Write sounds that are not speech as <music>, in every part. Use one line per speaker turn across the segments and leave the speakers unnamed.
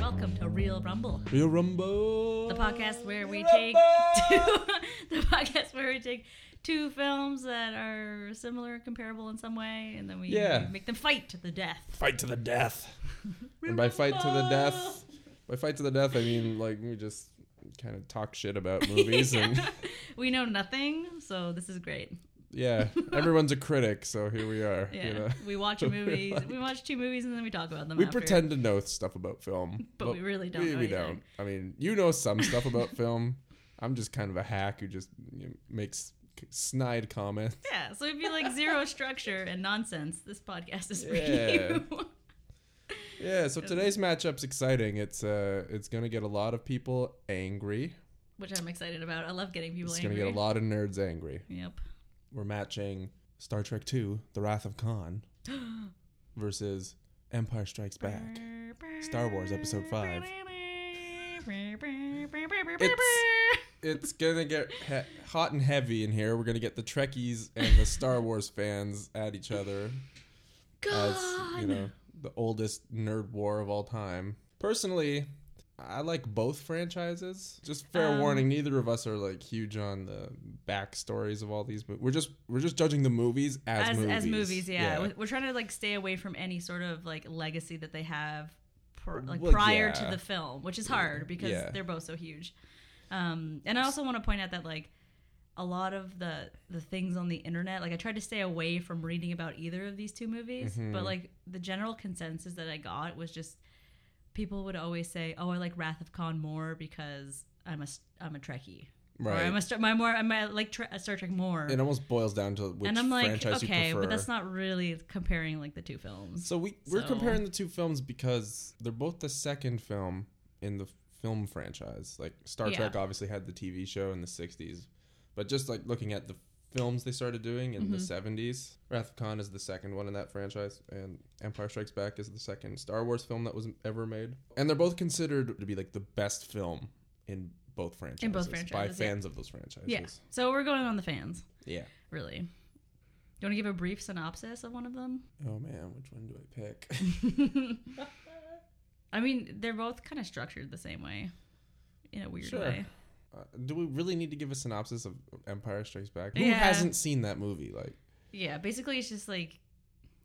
Welcome to Real Rumble,
Real Rumble.
the podcast where we
Real
take two, <laughs>
Rumble.
the podcast where we take two films that are similar, comparable in some way, and then we
Yeah.
make them fight to the death.
fight to the death. <laughs> and by fight to the death, by fight to the death, I mean like we just kind of talk
<laughs>
shit about movies and
we know nothing, so this is great.
yeah, everyone's a critic, so here we are.
Yeah,
You know?
we
<laughs>
watch
We're
movies.
like-
we watch two movies and then we talk about them.
We
after.
pretend to know stuff about film,
But we really don't
We,
know
we
anything.
don't. I mean, you know some stuff about
<laughs>
film. I'm just kind of a hack who just you know, makes
<laughs>
snide comments.
Yeah, so if you like
<laughs>
zero structure and nonsense, this podcast is for
Yeah.
you. <laughs>
Yeah, so today's matchup's exciting. It's uh, it's gonna get a lot of people angry.
Which I'm excited about. I love getting people
It's
angry.
gonna get a lot of nerds angry.
Yep.
we're matching Star Trek II: The Wrath
<gasps>
of Khan versus Empire Strikes Back. Star Wars Episode Five. It's- It's gonna get he- hot and heavy in here. We're gonna get the Trekkies and the Star Wars fans at
<gasps>
each other
God.
as you know the oldest nerd war of all time. Personally, I like both franchises. Just fair
Um,
warning, neither of us are like huge on the backstories of all these. But we're just we're just judging the movies as,
as,
movies.
as movies, yeah. We're- We're trying to like stay away from any sort of like legacy that they have pr- like
Well,
prior to
yeah.
the film, which is hard because
Yeah.
they're both so huge. Um, and I also want to point out that like a lot of the the things on the internet, like I tried to stay away from reading about either of these two movies, but
Mm-hmm.
like the general consensus that I got was just people would always say, "Oh, I like Wrath of Khan more because I'm a s- I'm a Trekkie." Or
Right.
I'm a, Star- my more, I'm a, like Tre- Star Trek more
It almost boils down to which
and I'm like,
franchise you
okay,
prefer.
but that's not really comparing like the two films.
So we we're
So-
comparing the two films because they're both the second film in the film franchise. Like Star
Yeah.
Trek obviously had the TV show in the '60s, but just like looking at the films they started doing in
Mm-hmm.
the '70s, Wrath of Khan is the second one in that franchise, and Empire Strikes Back is the second Star Wars film that was ever made, and they're both considered to be like the best film in both franchises, by
franchises, yeah.
fans of those franchises.
yeah, so we're going on the fans,
Yeah.
really. Do you want to give a brief synopsis of one of them?
<laughs> Oh man, which one do I pick? <laughs>
I mean, they're both kind of structured the same way, in a weird
Sure.
way.
Uh, do we really need to give a synopsis of Empire Strikes Back? Who
Yeah.
hasn't seen that movie? Like,
Yeah, basically it's just like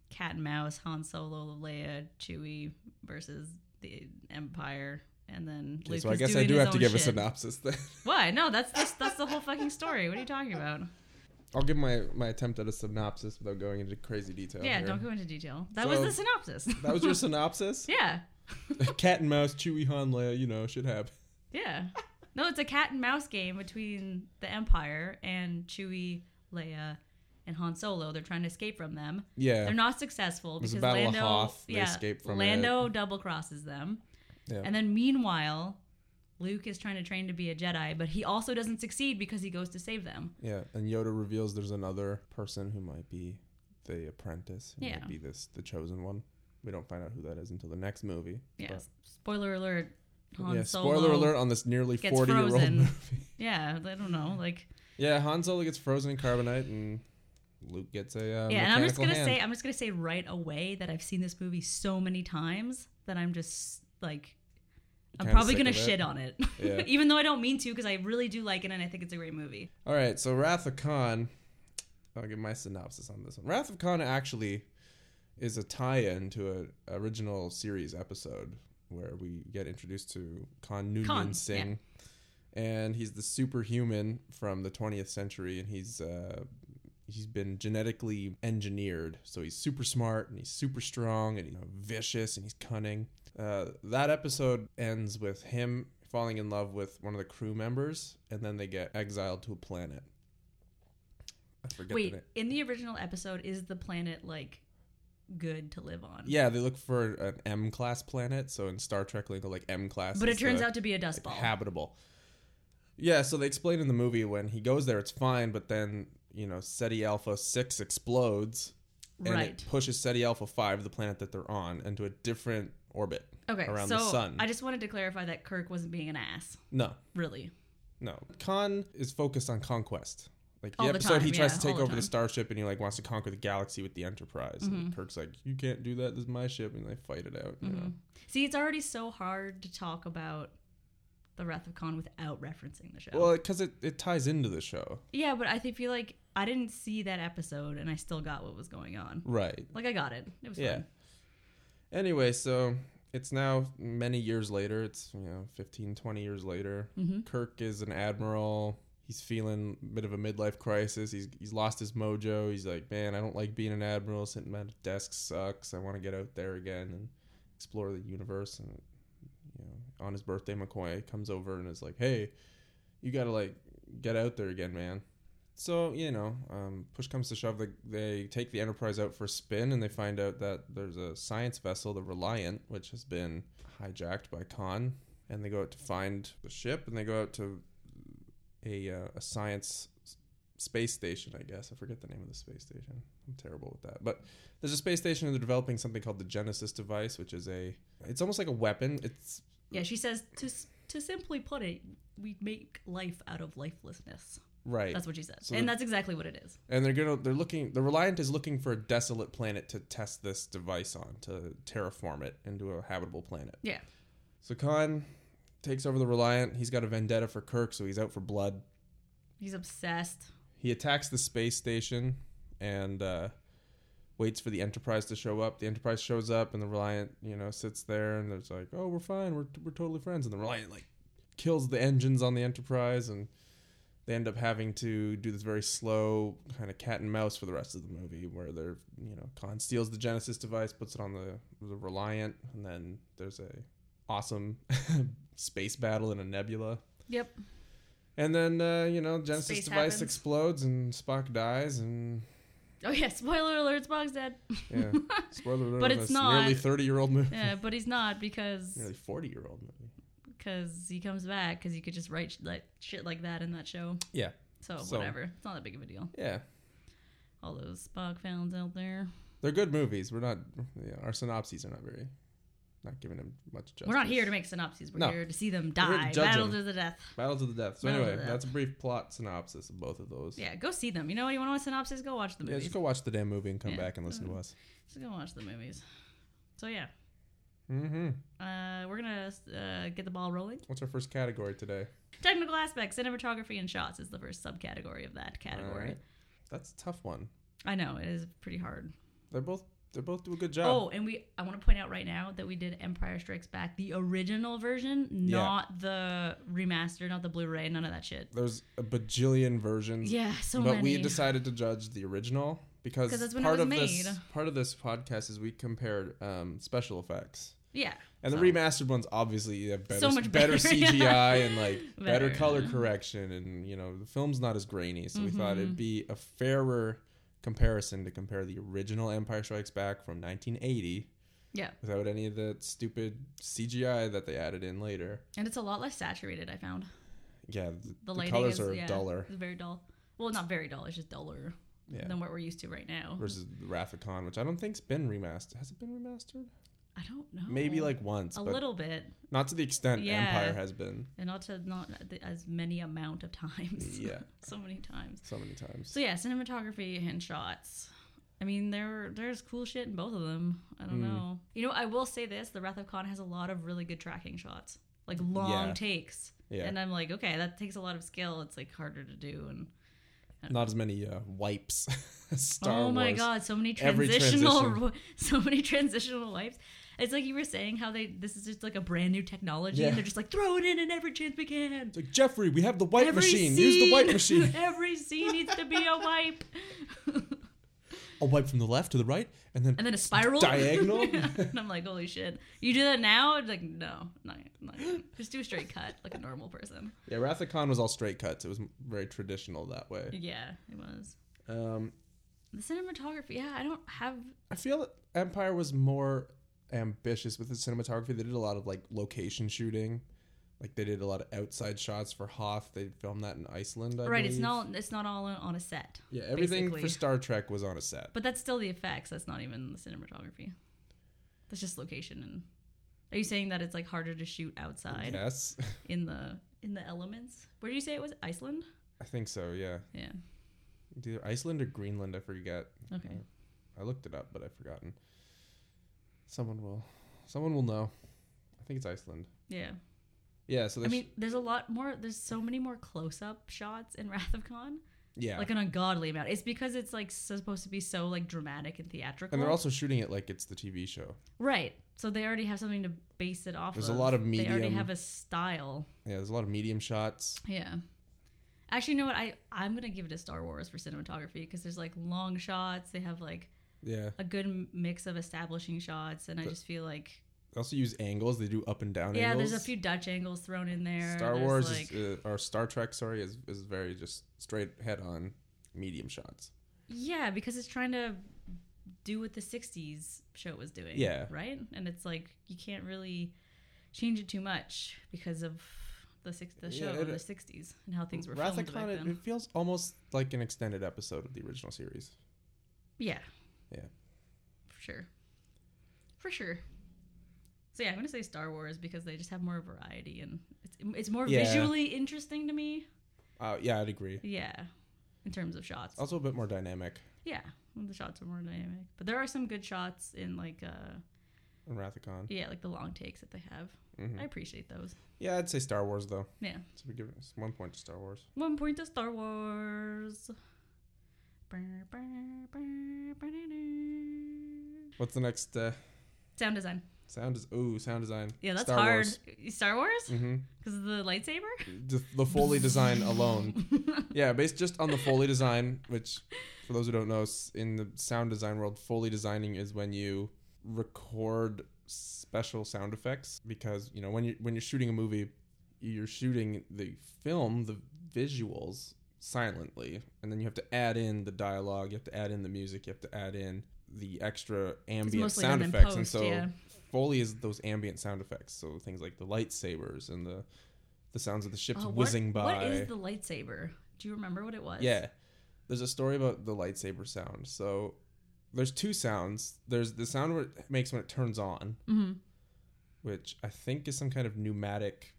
cat and mouse, Han Solo, Leia, Chewie versus the Empire, and then
okay,
Luke
so I
is
guess I
doing
do
his
have to
own
give a
shit.
synopsis then. <laughs>
Why? No, that's that's, that's the whole fucking story. What are you talking about?
I'll give my, my attempt at a synopsis without going into crazy detail.
Yeah,
here.
don't go into detail. That was
So-
the synopsis. <laughs>
That was your synopsis?
yeah.
<laughs> Cat and mouse, Chewy Han Leia, you know, should have.
Yeah. No, it's a cat and mouse game between the Empire and Chewie, Leia, and Han Solo. They're trying to escape from them.
Yeah.
They're not successful
There's a
because
Battle of
Lando,
Hoth. They
yeah,
escape from
Lando double crosses them,
yeah.
and then meanwhile, Luke is trying to train to be a Jedi, but he also doesn't succeed because he goes to save them.
yeah. And Yoda reveals there's another person who might be the apprentice, who
Yeah.
might be this the chosen one. We don't find out who that is until the next movie.
Yeah. Spoiler alert.
But-
Han
yeah,
Solo.
spoiler alert on this nearly
gets
40 year old
frozen.
<laughs> movie.
Yeah, I don't know, like.
Yeah, Han Solo gets frozen in carbonite, and Luke gets a uh,
yeah, and I'm just
mechanical
gonna
hand.
say I'm just gonna say right away that I've seen this movie so many times that I'm just like I'm
Kinda
probably
sick
gonna
of it.
shit on it,
<laughs> Yeah.
<laughs> even though I don't mean to because I really do like it and I think it's a great movie.
All right, so Wrath of Khan. I'll give my synopsis on this one. Wrath of Khan actually is a tie-in to an original series episode where we get introduced to Khan Noonien
Khan,
Singh, and he's the superhuman from the 20th century, and he's uh, he's been genetically engineered, so he's super smart and he's super strong and he's you know, vicious and he's cunning. Uh, that episode ends with him falling in love with one of the crew members, and then they get exiled to a planet. I forget the
Wait,
name.
in the original episode, is the planet like good to live on?
Yeah, they look for an M class planet. So in Star Trek, they go like M class.
but it
is
turns
the
out to be a dust ball.
habitable. Yeah, so they explain in the movie when he goes there, it's fine, but then you know SETI Alpha Six explodes, and
right.
it pushes SETI Alpha Five, the planet that they're on, into a different orbit
Okay,
around
so
the sun.
I just wanted to clarify that Kirk wasn't being an ass,
no,
really.
no. Khan is focused on conquest. Like the
All the
episode, he
time,
tries
yeah,
to take
all the
over
time.
the
Mm-hmm.
starship, and he like wants to conquer the galaxy with the Enterprise. And Kirk's like, "You can't do that. This is my ship," and they fight it out. You know?
See, it's already so hard to talk about the Wrath of Khan without referencing the show.
Well, because it, it ties into the show,
yeah, but I thi- feel like I didn't see that episode and I still got what was going on.
right?
Like I got it. It was
Yeah.
fun.
Anyway, so it's now many years later. It's, you know, 15, 20 years later.
Mm-hmm.
Kirk is an admiral. He's feeling a bit of a midlife crisis. He's, he's lost his mojo. He's like, man, I don't like being an admiral. Sitting at a desk sucks. I want to get out there again and explore the universe. And, you know, on his birthday, McCoy comes over and is like, hey, you got to, like, get out there again, man. So, you know, um, push comes to shove, they, they take the Enterprise out for a spin and they find out that there's a science vessel, the Reliant, which has been hijacked by Khan. And they go out to find the ship and they go out to a, uh, a science s- space station, I guess. I forget the name of the space station. I'm terrible with that. But there's a space station and they're developing something called the Genesis device, which is a. It's almost like a weapon. It's.
Yeah, she says to s- to simply put it, we make life out of lifelessness.
Right.
That's what she said,
So
and
the-
that's exactly what it is.
and they're gonna they're looking the reliant is looking for a desolate planet to test this device on to terraform it into a habitable planet
Yeah.
so khan takes over the reliant he's got a vendetta for kirk so he's out for blood
He's obsessed.
he attacks the space station and uh, waits for the enterprise to show up the enterprise shows up and the reliant you know sits there and there's like oh we're fine we're, we're totally friends and the reliant like kills the engines on the enterprise and they end up having to do this very slow kind of cat and mouse for the rest of the movie where they're you know khan steals the genesis device puts it on the, the reliant and then there's a awesome <laughs> space battle in a nebula
Yep.
and then uh, you know Genesis
Space
device
happens.
explodes and Spock dies and
Oh yeah. Spoiler alert: Spock's
<laughs>
dead. <laughs>
yeah, spoiler alert.
But
on
it's
this
not-
nearly thirty year old movie,
Yeah, but he's not because
nearly forty year old movie.
because he comes back because you could just write sh- like shit like that in that show.
Yeah,
So,
So-
whatever, it's not that big of a deal.
yeah,
All those Spock fans out there,
they're good movies. We're not yeah, our synopses are not very, not giving them much justice.
we're not here to make synopses. We're
No.
here to see them
here to
die,
judge
battle
them.
to the death.
Battle to the death. So
Battle to
anyway,
the Death.
that's a brief plot synopsis of both of those.
Yeah, go see them. You know what? You want to watch synopsis? Go watch the
Yeah,
movies.
just go watch the damn movie and come
Yeah. Mm-hmm.
back and listen to us.
just go watch the movies. So yeah,
Mm-hmm.
uh, we're gonna uh, get the ball rolling.
What's our first category today?
Technical aspects, cinematography, and shots is the first subcategory of that category.
Alright. That's a tough one.
I know it is pretty hard.
They're both they both do a good job.
Oh, and we I want to point out right now that we did Empire Strikes Back, the original version,
Yeah.
not the remaster, not the Blu-ray, none of that shit.
There's a bajillion versions.
Yeah, so
Mm. but
many.
we decided to judge the original because
'Cause that's when it
part
was
of this
made.
part of this podcast is we compared um, special effects.
yeah.
And
So-
the remastered ones obviously have better,
So much
better,
better, <laughs> yeah.
CGI and like
<laughs>
better,
Better,
color
yeah.
correction and you know the film's not as grainy, so we thought
Mm-hmm.
it'd be a fairer comparison to compare the original Empire Strikes Back from 1980
Yeah.
without any of the stupid CGI that they added in later.
And it's a lot less saturated, I found.
Yeah, the,
The
the
lighting
colors
is
are
yeah,
duller.
It's very dull. Well, not very dull, it's just duller
Yeah.
than what we're used to right now.
Versus the Wrath of Khan, which I don't think's been remastered. Has it been remastered?
I don't know.
Maybe like once,
a
but
little bit,
not to the extent
Yeah.
Empire has been
and not to not th- as many amount of times.
Mm, Yeah.
<laughs> so many times.
so many times.
So yeah, cinematography and shots. I mean, there there's cool shit in both of them. I don't
Mm.
know. You know, I will say this: the Wrath of Khan has a lot of really good tracking shots, like long
Yeah.
takes.
Yeah.
And uh, I'm like, okay, that takes a lot of skill. It's like harder to do. And
Not as many uh, wipes. <laughs> as Star
oh my
Wars.
god, so many
Every
transitional, <laughs> so many transitional wipes. It's like you were saying how they this is just like a brand new technology,
Yeah.
and they're just like throw it in at every chance we can.
It's like Jeffrey, we have the wipe
Every
machine. Use the wipe
scene-
machine.
<laughs> every scene needs to be a wipe.
I'll wipe from the left to the right, and then
and then a spiral <laughs>
Diagonal?
and I'm like, holy shit! You do that now? It's like, no, not, not just do a straight cut like a normal person.
yeah. Wrath of Khan was all straight cuts. It was m- very traditional that way.
Yeah, it was
Um,
the cinematography. Yeah, I don't have.
I feel that Empire was more ambitious with its cinematography. They did a lot of like location shooting. Like they did a lot of outside shots for Hoth. They filmed that in Iceland. I
right, it's
believe.
not. It's not all on- on a set.
Yeah, everything for
basically.
Star Trek was on a set.
But that's still the effects. That's not even the cinematography. That's just location and Are you saying that it's like harder to shoot outside
Yes,
in the in the elements? Where did you say it was? Iceland?
I think so. Yeah,
Yeah.
It's either Iceland or Greenland. I forget.
Okay.
I looked it up, but I've forgotten. Someone will, someone will know. I think it's Iceland.
Yeah.
Yeah.
I
So there's
mean, there's a lot more. There's so many more close-up shots in <laughs> Wrath of Khan,
yeah,
like an ungodly amount. It's because it's like supposed to be so like dramatic and theatrical.
and they're also shooting it like it's the TV show.
right. So they already have something to base it off.
There's a
of.
lot of
They already
medium.
have a style.
Yeah, there's a lot of medium shots.
Yeah. Actually, you know what? I I'm gonna give it to Star Wars for cinematography because there's like long shots. They have like
Yeah,
a good m- mix of establishing shots, and I
The-
just feel like
they also use angles. They do up and down.
yeah,
angles.
there's a few Dutch angles thrown in there.
Star
There's,
Wars
like,
is, uh, or Star Trek, sorry, is is very just straight head on medium shots.
yeah, because it's trying to do what the '60s show was doing.
Yeah.
right. And it's like you can't really change it too much because of the six the show
Yeah,
of
it-
the '60s and how things were
Wrath
filmed
of
back
Khan, it,
then.
it feels almost like an extended episode of the original series.
Yeah.
Yeah.
For sure. For sure. So yeah, I'm gonna say Star Wars because they just have more variety and it's it's more
Yeah.
visually interesting to me.
Uh, yeah, I'd agree.
Yeah. In terms of shots.
Also a bit more dynamic
Yeah. well, The shots are more dynamic. But there are some good shots in like uh
in Wrath of Khan.
yeah, like the long takes that they have.
Mhm.
I appreciate those.
Yeah, I'd say Star Wars though.
Yeah.
So we give it it's one point to Star Wars.
One point to Star Wars. Brr, brr, brr, brr, doo, doo.
What's the next uh,
Sound design.
sound? Is ooh sound design?
Yeah, that's
Star
hard.
Wars.
Star Wars?
Mm-hmm.
Because of the lightsaber?
<laughs> The, the Foley
<laughs>
design alone. Yeah, based just on the Foley design, which for those who don't know, s- in the sound design world, Foley designing is when you record special sound effects because you know when you when you're shooting a movie, you're shooting the film, the visuals silently, and then you have to add in the dialogue, you have to add in the music, you have to add in the extra ambient
mostly
sound
done in
effects, and
post,
so
yeah.
Foley is those ambient sound effects, so things like the lightsabers and the the sounds of the ships
Oh, what-
whizzing by.
What is the lightsaber? Do you remember what it was?
Yeah. There's a story about the lightsaber sound. So there's two sounds. There's the sound where it makes when it turns on,
hmm
which I think is some kind of pneumatic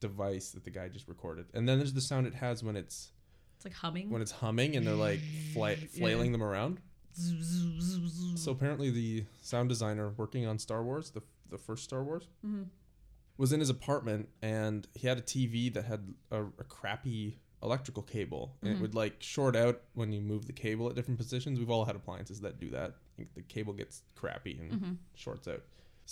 device that the guy just recorded. And then there's the sound it has when it's
It's like humming.
when it's humming and they're like fla- flailing them around.
Zzz, zzz, zzz, zzz.
So apparently the sound designer working on Star Wars, the the first Star Wars,
Mhm.
was in his apartment and he had a TV that had a, a crappy electrical cable and it would like short out when you move the cable at different positions. We've all had appliances that do that. Like, The cable gets crappy and shorts out.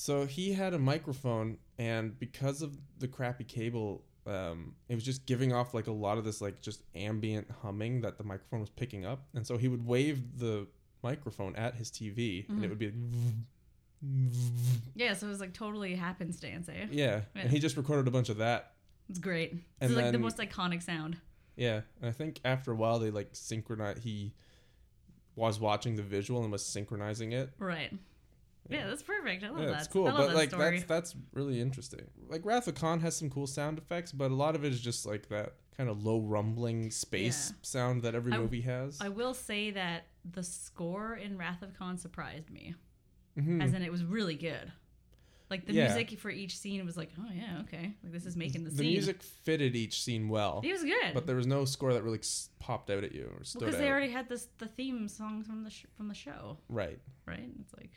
So he had a microphone and because of the crappy cable um, it was just giving off like a lot of this like just ambient humming that the microphone was picking up and so he would wave the microphone at his TV and it would be like,
yeah, so it was like totally happenstance, eh?
<laughs> yeah.
Yeah.
And he just recorded a bunch of that.
It's great.
And
It's like the
then-
most iconic sound.
Yeah. And I think after a while they like synchronize he was watching the visual and was synchronizing it.
Right. Yeah, Oh, that's perfect. I love
Yeah,
that.
it's cool.
I love
But
that
like
story.
that's that's really interesting. Like Wrath of Khan has some cool sound effects, but a lot of it is just like that kind of low rumbling space
Yeah.
sound that every
I-
movie has.
I will say that the score in Wrath of Khan surprised me,
Mhm.
as in it was really good. Like the
Yeah.
music for each scene was like, oh yeah, okay, like this is making the,
the
scene.
music fitted each scene well.
it was good.
But there was no score that really s- popped out at you or stood
because
out.
they already had this the theme song from the sh- from the show.
right.
right? It's like,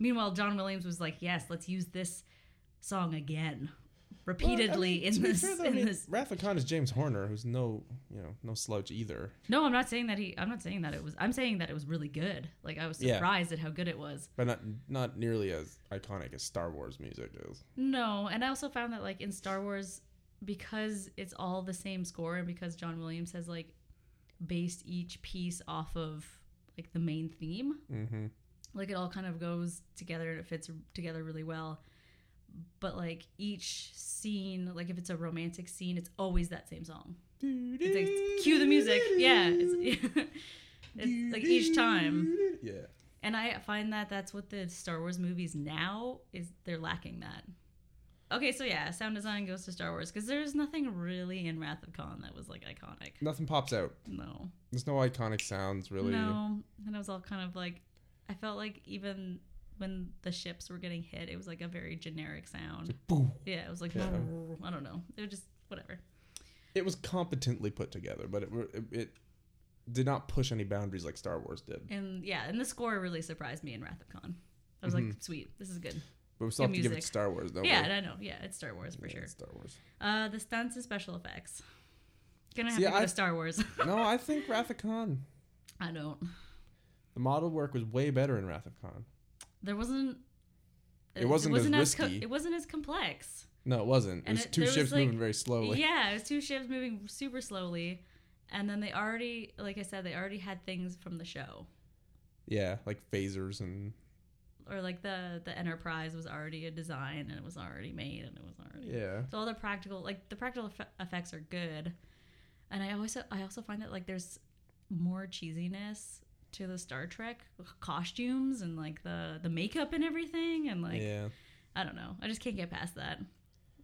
meanwhile, John Williams was like, "Yes, let's use this song again, repeatedly
Well, I mean, to
in
be
this
fair, though, I
in
mean,
this."
Wrath of Khan is James Horner, who's no you know no slouch either.
No, I'm not saying that he. I'm not saying that it was. I'm saying that it was really good. Like I was
Yeah.
surprised at how good it was.
but not not nearly as iconic as Star Wars music is.
No, and I also found that like in Star Wars, because it's all the same score, and because John Williams has like based each piece off of like the main theme,
Mm-hmm.
like it all kind of goes together and it fits together really well but like each scene like if it's a romantic scene it's always that same song it's like cue the music yeah it's, <laughs> it's like each time
Yeah,
and i find that that's what the star wars movies now is they're lacking that okay so yeah sound design goes to star wars because there's nothing really in wrath of khan that was like iconic
nothing pops out.
no
There's no iconic sounds really.
no, and I was all kind of like, I felt like even when the ships were getting hit, it was like a very generic
<laughs>
sound.
Boom.
Yeah, it was like
Yeah.
I don't know. It was just whatever.
It was competently put together, but it were- it, it did not push any boundaries like Star Wars did.
And yeah, and the score really surprised me in Wrath of Khan. I was
Mm-hmm.
like, sweet, this is good.
But we still have
Good
to give it to
music.
Star Wars, though.
yeah, and I know. Yeah, it's Star Wars for sure.
Star Wars.
Uh, the stunts and special effects. Gonna have
See,
to go
I-
to Star Wars.
<laughs> no, I think Wrath of Khan.
I don't.
The model work was way better in Wrath of Khan.
There wasn't.
It wasn't as
co-
risky.
it wasn't as complex.
No, it wasn't. It
And
was
it-
two
there was,
ships
like-
moving very slowly.
Yeah, it was two ships moving super slowly, and then they already, like I said, they already had things from the show,
Yeah, like phasers and
or like the the Enterprise was already a design and it was already made and it was already.
yeah.
So all the practical, like the practical eff- effects are good, and I always I also find that like there's more cheesiness to the Star Trek costumes and like the the makeup and everything, and like
yeah.
I don't know, I just can't get past that.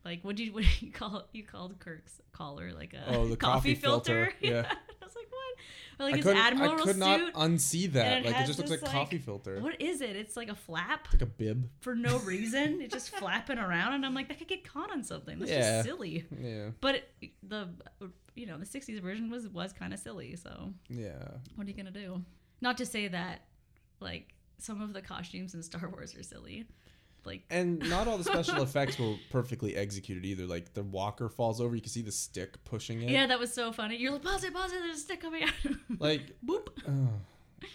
Like what do you <laughs> what do you call you called Kirk's collar like a <laughs>
Oh, the coffee filter, yeah.
I was like what? Or like
I
his
couldn't.
admiral
I could
suit.
not unsee that.
and it
Like it
had
just looks like
this,
a
like-
coffee filter.
what is it? It's like a flap
Like a bib.
for no reason. it's
<laughs>
just flapping around, and I'm like, that could get caught on something. That's
Yeah.
just silly.
Yeah.
But it, the you know the '60s version was was kind of silly. So
Yeah.
what are you gonna do? Not to say that like some of the costumes in Star Wars are silly. Like
And not all the
<laughs>
special effects were perfectly executed either. Like the walker falls over, you can see the stick pushing it.
yeah, that was so funny. You're like pause it, pause it. There's a stick coming out.
<laughs> Like <sighs>
boop.
oh,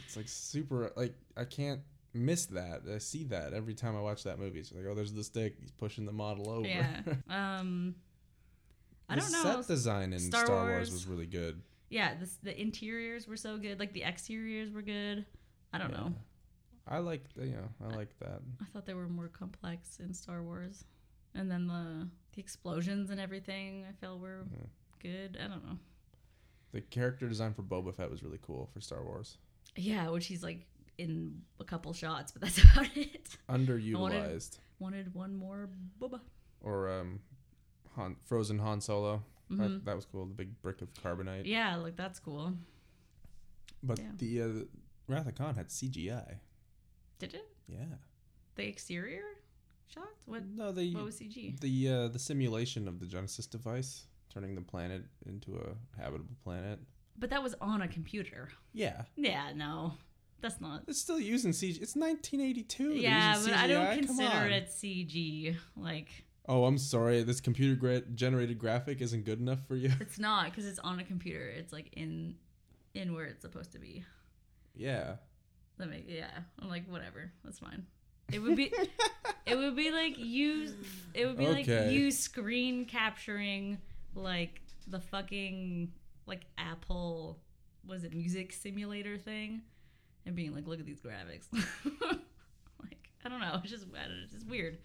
it's like super like I can't miss that. I see that every time I watch that movie. It's like, oh there's the stick, he's pushing the model
<laughs>
over. <laughs>
Yeah. Um. I
The
don't know.
Set design in Star,
Star
Wars.
Wars.
was really good.
yeah, this, the interiors were so good. Like the exteriors were good. I don't know.
I like you know, I like that.
I thought they were more complex in Star Wars, and then the the explosions and everything I felt were
Yeah.
good. I don't know.
The character design for Boba Fett was really cool for Star Wars.
Yeah, which he's like in a couple shots, but that's <laughs> about it.
Underutilized.
Wanted one more booba.
Or um Han, frozen Han Solo.
Mhm.
That, that was cool. The big brick of carbonite.
Yeah, like that's cool.
But
Yeah.
the uh, Wrath of Khan had CGI.
Did it?
Yeah.
The exterior shots? What?
No, they
What was CG?
the uh, the simulation of the Genesis device turning the planet into a habitable planet.
But that was on a computer.
Yeah,
Yeah, no, that's not.
it's still using CG. It's 1982. They're
yeah,
using
but I don't
CGI? Come
consider
on.
it CG. Like
Oh, I'm sorry. This computer gra- generated graphic isn't good enough for you. <laughs>
it's not because it's on a computer. It's like in in where it's supposed to be.
yeah.
That make yeah. I'm like whatever. That's fine. It would be it would be like you it would be like
Okay.
you screen capturing like the fucking like Apple was it music simulator thing and being like look at these graphics. <laughs> like I don't know. It's just I don't know, it's just weird.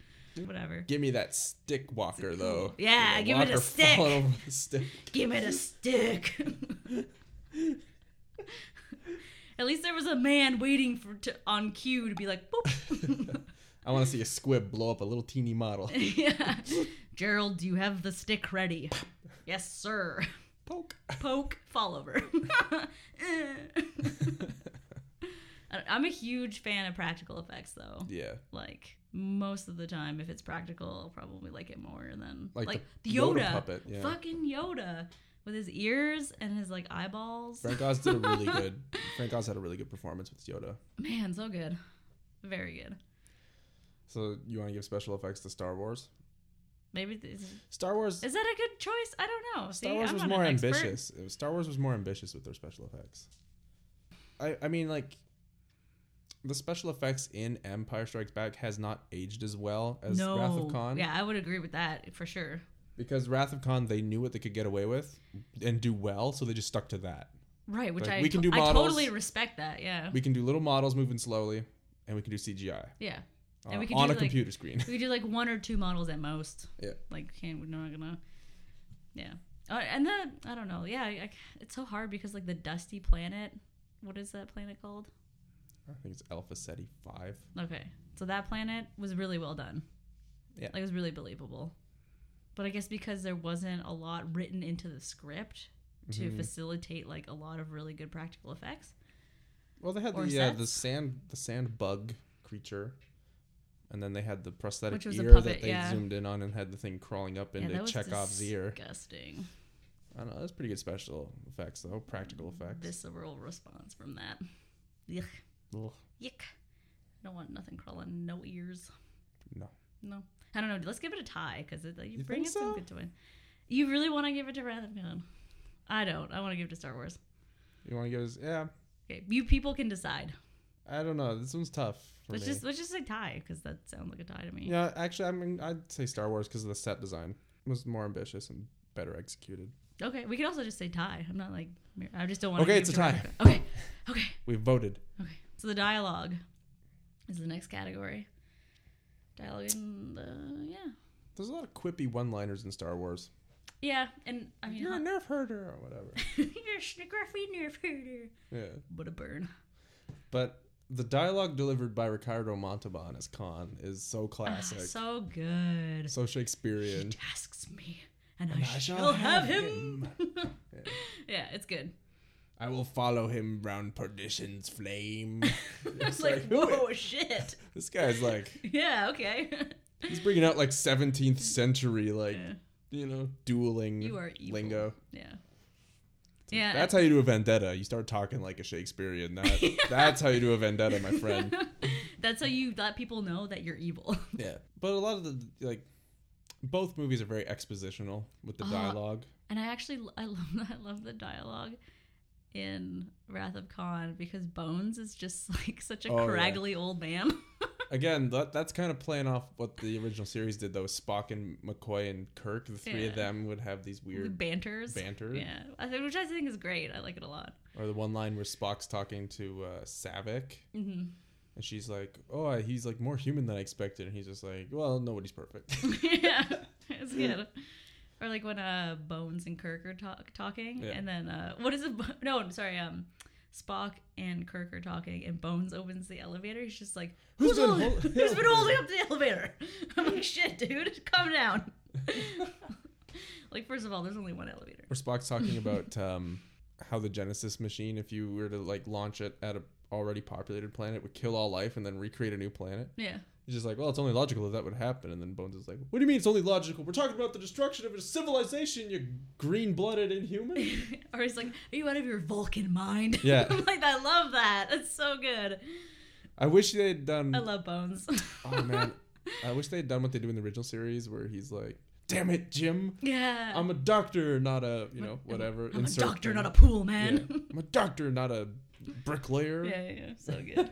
Whatever.
Give me that stick walker though.
Yeah,
The
give it a
walker <laughs>
stick.
falling over the stick.
Give it a stick. <laughs> At least there was a man waiting for to, on cue to be like boop. <laughs>
I want to see a squib blow up a little teeny model.
yeah. Gerald, do you have the stick ready? yes, sir. <laughs>
Poke.
Poke, fall over. <laughs> I- I'm a huge fan of practical effects, though.
yeah.
Like, most of the time, if it's practical, I'll probably like it more than.
Like
Like,
the
the,
Yoda
Yoda.
puppet, yeah.
Fucking Yoda. With his ears and his, like, eyeballs.
Frank Oz did
<laughs>
a really good. Frank Oz had a really good performance with Yoda.
Man, so good. Very good.
So you want to give special effects to Star Wars?
Maybe. Is,
Star Wars.
is that a good choice? I don't know. See,
Star Wars
I'm
was
not an
more
expert.
ambitious. It was- Star Wars was more ambitious with their special effects. I I mean like the special effects in Empire Strikes Back has not aged as well as
no.
Wrath of Khan
Yeah, I would agree with that for sure.
because Wrath of Khan they knew what they could get away with and do well, so they just stuck to that.
Right, which
Like,
I
we can
to-
do
I
models.
totally respect that. Yeah,
We can do little models moving slowly, and we can do CGI
yeah.
on,
And we can
Uh, on
do,
a
like-
computer screen. <laughs>
We could do like one or two models at most.
Yeah.
Like can't we're not gonna. Yeah. Oh, and then I don't know. Yeah, I, it's so hard because like the dusty planet. What is that planet called?
I think it's Alpha Seti Five.
Okay, so that planet was really well done.
Yeah.
Like it was really believable. But I guess because there wasn't a lot written into the script to
Mm-hmm.
facilitate like a lot of really good practical effects.
Well, they had
Or
the uh, the
sets.
sand the sand bug creature. and then they had the prosthetic
Which was a
ear that
puppet,
they
yeah.
zoomed in on and had the thing crawling up
Yeah,
into
that was
Chekhov's ear.
Disgusting.
I don't know. That's pretty good special effects though,
Mm,
practical effects.
Visceral response from that. Yuck.
Ugh.
Yuck. I don't want nothing crawling. No ears.
No.
No. I don't know. Let's give it a tie because you
You
bring
think
in some
so?
good to it. You really want to give it to Wrath of God? I don't. I want to give it to Star Wars.
You want to give us? Yeah,
Okay, you people can decide.
I don't know. This one's tough for
Let's
me.
just let's just say tie because that sounds like a tie to me.
Yeah, actually, I mean, I'd say Star Wars because the set design was more ambitious and better executed.
Okay, we could also just say tie. I'm not like I just don't want.
Okay,
to
it's a tie. <laughs>
Okay, okay,
We voted.
okay. So the dialogue is the next category. Dialogue in the yeah
There's a lot of quippy one-liners in Star Wars.
yeah, and I mean
You're a
<laughs> huh-
nerf herder or whatever.
you're a scruffy nerf herder.
yeah,
What a burn.
but the dialogue delivered by Ricardo Montalban as Khan is so classic,
Ah,
so,
<laughs> so good. He <laughs>
Shakespearean.
tasks me, and, I, shall have him. <laughs> yeah, it's good.
I will follow him round perdition's flame. <laughs>
It's
It's
like
like,
whoa, shit. <laughs>
This guy's like
Yeah, okay.
he's bringing out like 17th century like
Yeah.
you know
<laughs>
dueling
You are evil.
lingo.
Yeah. Yeah.
That's how you do a vendetta. You start talking like a
<laughs>
Shakespearean. That that's how you do a vendetta, my friend.
That's how you let people know that you're evil. <laughs>
Yeah. But a lot of the like both movies are very expositional with the
Uh,
dialogue.
And I actually I <laughs> love I love the dialogue in Wrath of Khan because Bones is just <laughs> like such a
Oh, yeah.
craggly old man.
Again, that that's kind of playing off what the original series did though. Spock and McCoy and Kirk, the three
Yeah.
of them would have these
<laughs>
weird
Banters.
banter.
Yeah. I think- Which I think is great. I like it a lot.
Or the one line where Spock's talking to uh, Savick
hmm
and she's like, "Oh, he's like more human than I expected," and he's just like, "Well, nobody's
<laughs>
perfect."
yeah. It's good. Or like when uh Bones and Kirk are talk- talking
Yeah.
and then uh what is it Bo- no, I'm sorry, um Spock and Kirk are talking and Bones opens the elevator. He's just like,
Who's
Who's,
been
holding,
hol-
who's been holding up the elevator? <laughs> I'm like, shit, dude, calm down. <laughs> like, first of all, there's only one elevator.
Or Spock's talking about um, how the Genesis machine, if you were to like launch it at a already populated planet, would kill all life and then recreate a new planet.
Yeah. <laughs>
He's just like, well, it's only logical that that would happen. And then Bones is like, what do you mean it's only logical? We're talking about the destruction of a civilization, you green-blooded inhuman.
or he's like, Are you out of your Vulcan mind?
Yeah.
<laughs> I'm like, I love that. That's so good.
I wish they had done.
I love Bones. <laughs>
oh man, I wish they had done what they do in the original series, where he's like, damn it, Jim,
yeah.
I'm a doctor, not a you know whatever.
I'm a
insert
doctor,
thing."
not a pool
Yeah.
man.
I'm a doctor, not a
<laughs>
bricklayer.
Yeah, yeah, yeah. so <laughs> good.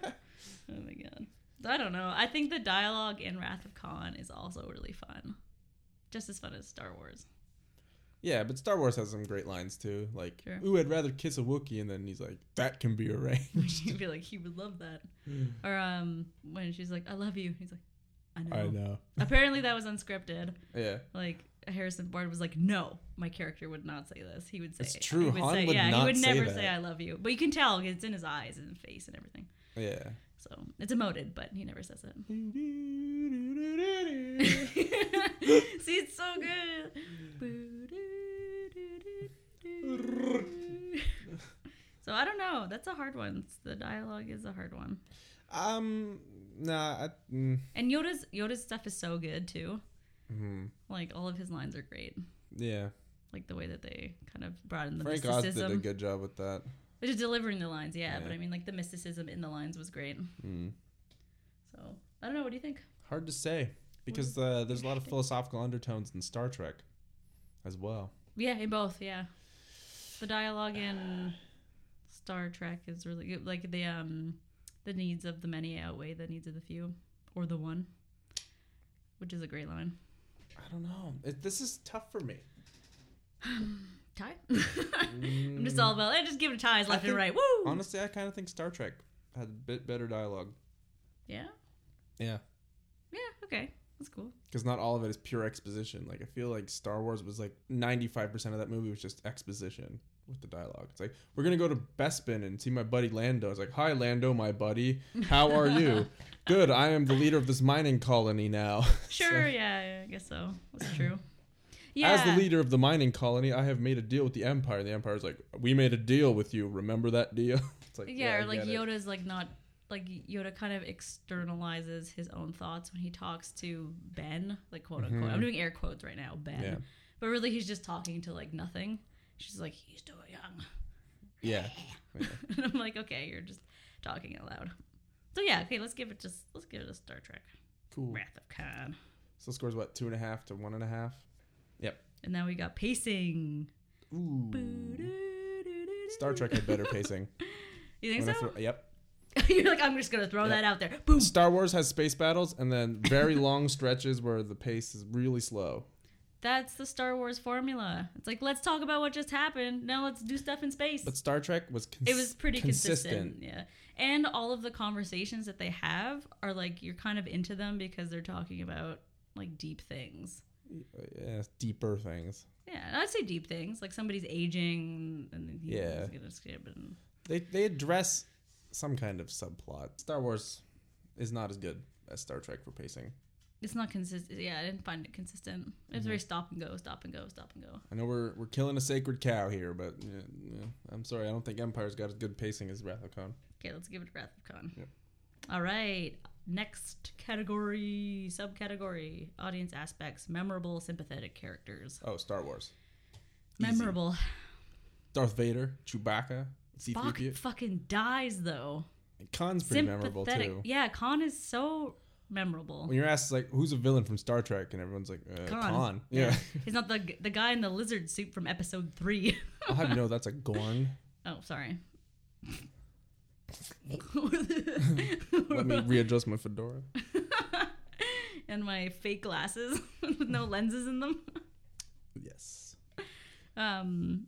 oh my god. I don't know. I think the dialogue in Wrath of Khan is also really fun. Just as fun as Star Wars. <laughs>
Yeah, but Star Wars has some great lines too. Like,
Sure.
ooh, I'd rather kiss a Wookiee, and then he's like, that can be arranged.
She'd be like, he would love that.
Hmm.
Or um when she's like, I love you. He's like, <laughs> I know.
I know.
Apparently that was unscripted.
Yeah.
Like Harrison Ford was like, No, my character would not say this. He would say
It's true.
He
Han would
yeah, he
not
would
say
never
that.
say I love you. But you can tell 'cause it's in his eyes and face and everything.
Yeah.
So it's emoted, but he never says it. <laughs>
It's
See, it's so good. so I don't know. That's a hard one. The dialogue is a hard one.
<laughs> um, nah, I, mm,
And Yoda's Yoda's stuff is so good too.
mhm.
Like all of his lines are great.
yeah.
Like the way that they kind of brought in the
Frank Oz did a
mysticism,
good job with that.
which is delivering the lines, yeah,
Yeah.
But I mean, like the mysticism in the lines was great.
Mm.
So I don't know. What do you think?
Hard to say because uh, there's a lot of philosophical undertones in Star Trek, as well.
Yeah, in both. Yeah, the dialogue in Star Trek is really good. Like the um, the needs of the many outweigh the needs of the few, or the one, which is a great line.
I don't know. It, this is tough for me.
Tie. <laughs> I'm just all about. I just give it ties left
think-
and right. Woo.
Mm, Honestly, I kind of think Star Trek had a bit better dialogue.
yeah.
Yeah.
Yeah. Okay. That's cool.
because not all of it is pure exposition. Like I feel like Star Wars was like ninety five percent of that movie was just exposition with the dialogue. It's like we're gonna go to Bespin and see my buddy Lando. It's like, hi Lando, my buddy. How are you?
<laughs>
Good. I am the leader of this mining colony now. <laughs>
Sure. yeah, yeah. I guess so. That's true. Yeah.
As the leader of the mining colony, I have made a deal with the Empire. And the Empire's like, we made a deal <laughs> with you. Remember that deal? It's like,
Yeah,
I
or like
get it.
Yoda's like not like Yoda kind of externalizes his own thoughts when he talks to Ben, like quote unquote. I'm doing air quotes right now, Ben.
Mm-hmm. Yeah.
But really, he's just talking to like nothing. She's like, he's too young,
Yeah. Yeah.
<laughs> and I'm like, okay, you're just talking out loud. So yeah, okay, let's give it just let's give it a Star Trek
Cool.
Wrath of Khan.
So scores what two and a half to one and a half. Yep.
And now we got pacing.
Ooh. Star Trek had better
<laughs>
pacing.
You think
Wanna
so?
throw- yep.
<laughs> You're like, I'm just gonna throw
Yeah.
that out there. Boom.
Star Wars has space battles and then very <laughs> long stretches where the pace is really slow.
That's the Star Wars formula. It's like let's talk about what just happened. Now let's do stuff in space.
But Star Trek was cons-
it was pretty consistent. Yeah. And all of the conversations that they have are like you're kind of into them because they're talking about like deep things.
Yeah, deeper things.
Yeah, and I'd say deep things like somebody's aging and then he's
Yeah.
gonna skip and
They they address some kind of subplot. Star Wars is not as good as Star Trek for pacing.
it's not consistent. Yeah, I didn't find it consistent.
Mm-hmm.
It's very stop and go, stop and go, stop and go.
I know we're we're killing a sacred cow here, but yeah, yeah, I'm sorry, I don't think Empire's got as good pacing as Wrath of Khan.
Okay, let's give it a Wrath of Khan.
Yep.
All right. Next category, subcategory, audience aspects, memorable, sympathetic characters.
Oh, Star Wars. Easy.
Memorable.
Darth Vader, Chewbacca,
Spock
C-3PO.
fucking dies though.
Khan's pretty memorable too.
Yeah, Khan is so memorable.
When you're asked like who's a villain from Star Trek, and everyone's like uh, Khan.
Khan.
<laughs> Yeah,
<laughs> He's not the the guy in the lizard suit from episode three. <laughs>
I'll have you know that's a Gorn.
oh, sorry. <laughs>
Let me readjust my fedora.
and my fake glasses <laughs> with no lenses in them.
Yes.
Um,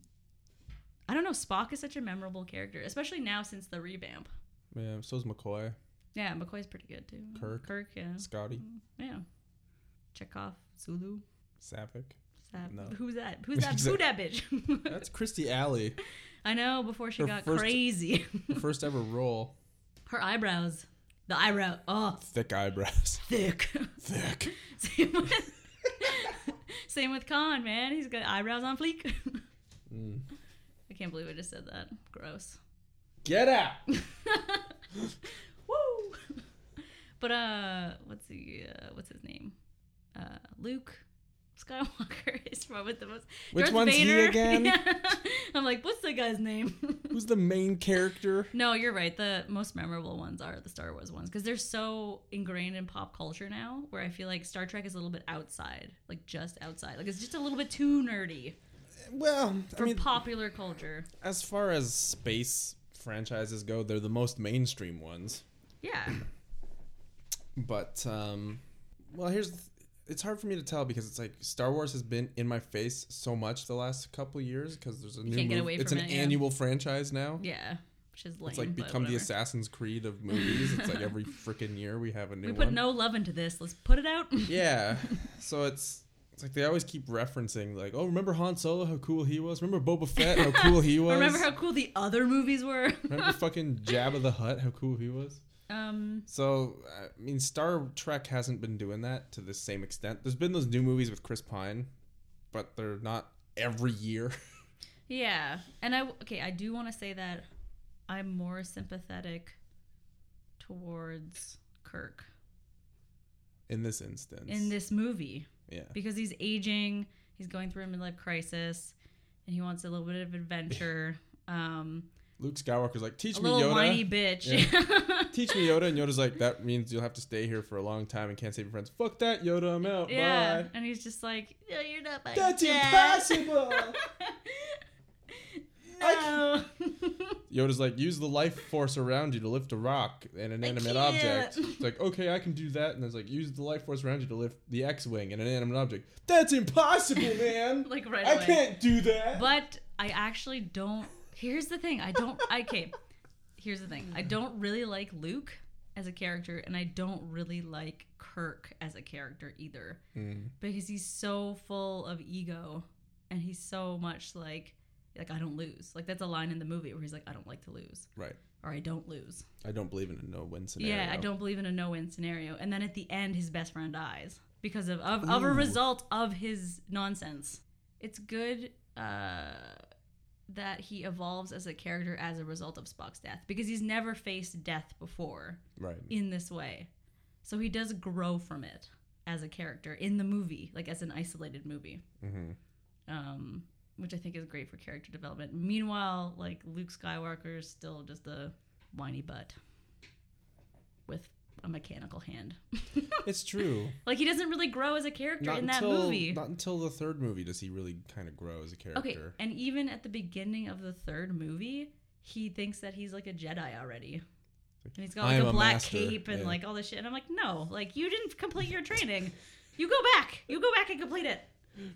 I don't know. Spock is such a memorable character, especially now since the revamp.
Yeah. So's McCoy,
Yeah, McCoy's pretty good too.
Kirk.
Kirk, yeah,
Scotty,
yeah. Chekhov, Zulu.
Savick.
That,
No.
Who's
<laughs>
that? Who's that? Who that bitch? <laughs>
That's Christy Alley,
I know. Before she
Her
got
first-
crazy, <laughs>
her first ever role.
her eyebrows, the eyebrow, oh,
Thick eyebrows. <laughs>
thick. <laughs>
Thick.
same with, <laughs> same with Khan, man. He's got eyebrows on fleek. <laughs>
Mm.
I can't believe I just said that. Gross.
Get out.
Woo! <laughs> But uh, what's the uh, what's his name? Uh, Luke Skywalker <laughs> is probably the most.
Which one's he again?
<laughs> Yeah. I'm like, what's the guy's name? <laughs>
Who's the main character?
no, you're right. The most memorable ones are the Star Wars ones because they're so ingrained in pop culture now. Where I feel like Star Trek is a little bit outside, like just outside, like it's just a little bit too nerdy
Well, I
for
mean,
popular culture.
as far as space franchises go, they're the most mainstream ones.
Yeah,
But um, well, here's the th- it's hard for me to tell because it's like Star Wars has been in my face so much the last couple years because there's a new
can't get
mov-
away
it's
from
an
it, yeah.
annual franchise now.
yeah, which is lame.
It's like
but
become the
whatever.
Assassin's Creed of movies. It's
<laughs>
like every freaking year we have a new
We
one.
put no love into this. Let's put it out. <laughs>
yeah, so it's it's like they always keep referencing like, oh, remember Han Solo? How cool he was. Remember Boba Fett? How
<laughs>
cool he was.
Remember how cool the other movies were? <laughs>
Remember fucking Jabba the Hutt? How cool he was.
um,
So I mean, Star Trek hasn't been doing that to the same extent. There's been those new movies with Chris Pine, but they're not every year. <laughs>
yeah, and I okay, I do want to say that I'm more sympathetic towards Kirk
In this instance,
in this movie
yeah,
because he's aging, he's going through a midlife crisis, and he wants a little bit of
<laughs>
adventure. Um,
Luke Skywalker's like, teach
a
me
little
Yoda,
whiny bitch. Yeah. <laughs>
teach me Yoda, and Yoda's like, that means you'll have to stay here for a long time and can't save your friends. Fuck that, Yoda, I'm out. oh, Bye.
and he's just like, no, you're not my
That's
dad." <laughs>
impossible.
no.
Yoda's like, use the life force around you to lift a rock and an
I
inanimate
can't.
object. It's like, okay, I can do that. And it's like, use the life force around you to lift the X-wing and an inanimate object.
<laughs>
That's impossible, man.
<laughs> like right
I
away.
can't do that.
But I actually don't. Here's the thing. I don't. I okay. Here's the thing. I don't really like Luke as a character, and I don't really like Kirk as a character either,
Mm.
because he's so full of ego, and he's so much like, like I don't lose. Like that's a line in the movie where he's like, I don't like to lose,
Right.
or I don't lose.
I don't believe in a no-win scenario.
Yeah, I don't believe in a no-win scenario. And then at the end, his best friend dies because of of, of a
Ooh.
result of his nonsense. It's good uh, that he evolves as a character as a result of Spock's death because he's never faced death before
Right.
in this way. So he does grow from it as a character in the movie, like as an isolated movie,
hmm
um, which I think is great for character development. Meanwhile, like Luke Skywalker is still just a whiny butt with a mechanical hand. <laughs>
It's true.
Like he doesn't really grow as a character
not
in that
until
movie.
not until the third movie does he really kind of grow as a character.
Okay, and even at the beginning of the third movie, he thinks that he's like a Jedi already. And he's got
I
like
am
a,
a
black
master,
cape and
yeah.
like all this shit. And I'm like, no, like you didn't complete your training. You go back. You go back and complete it.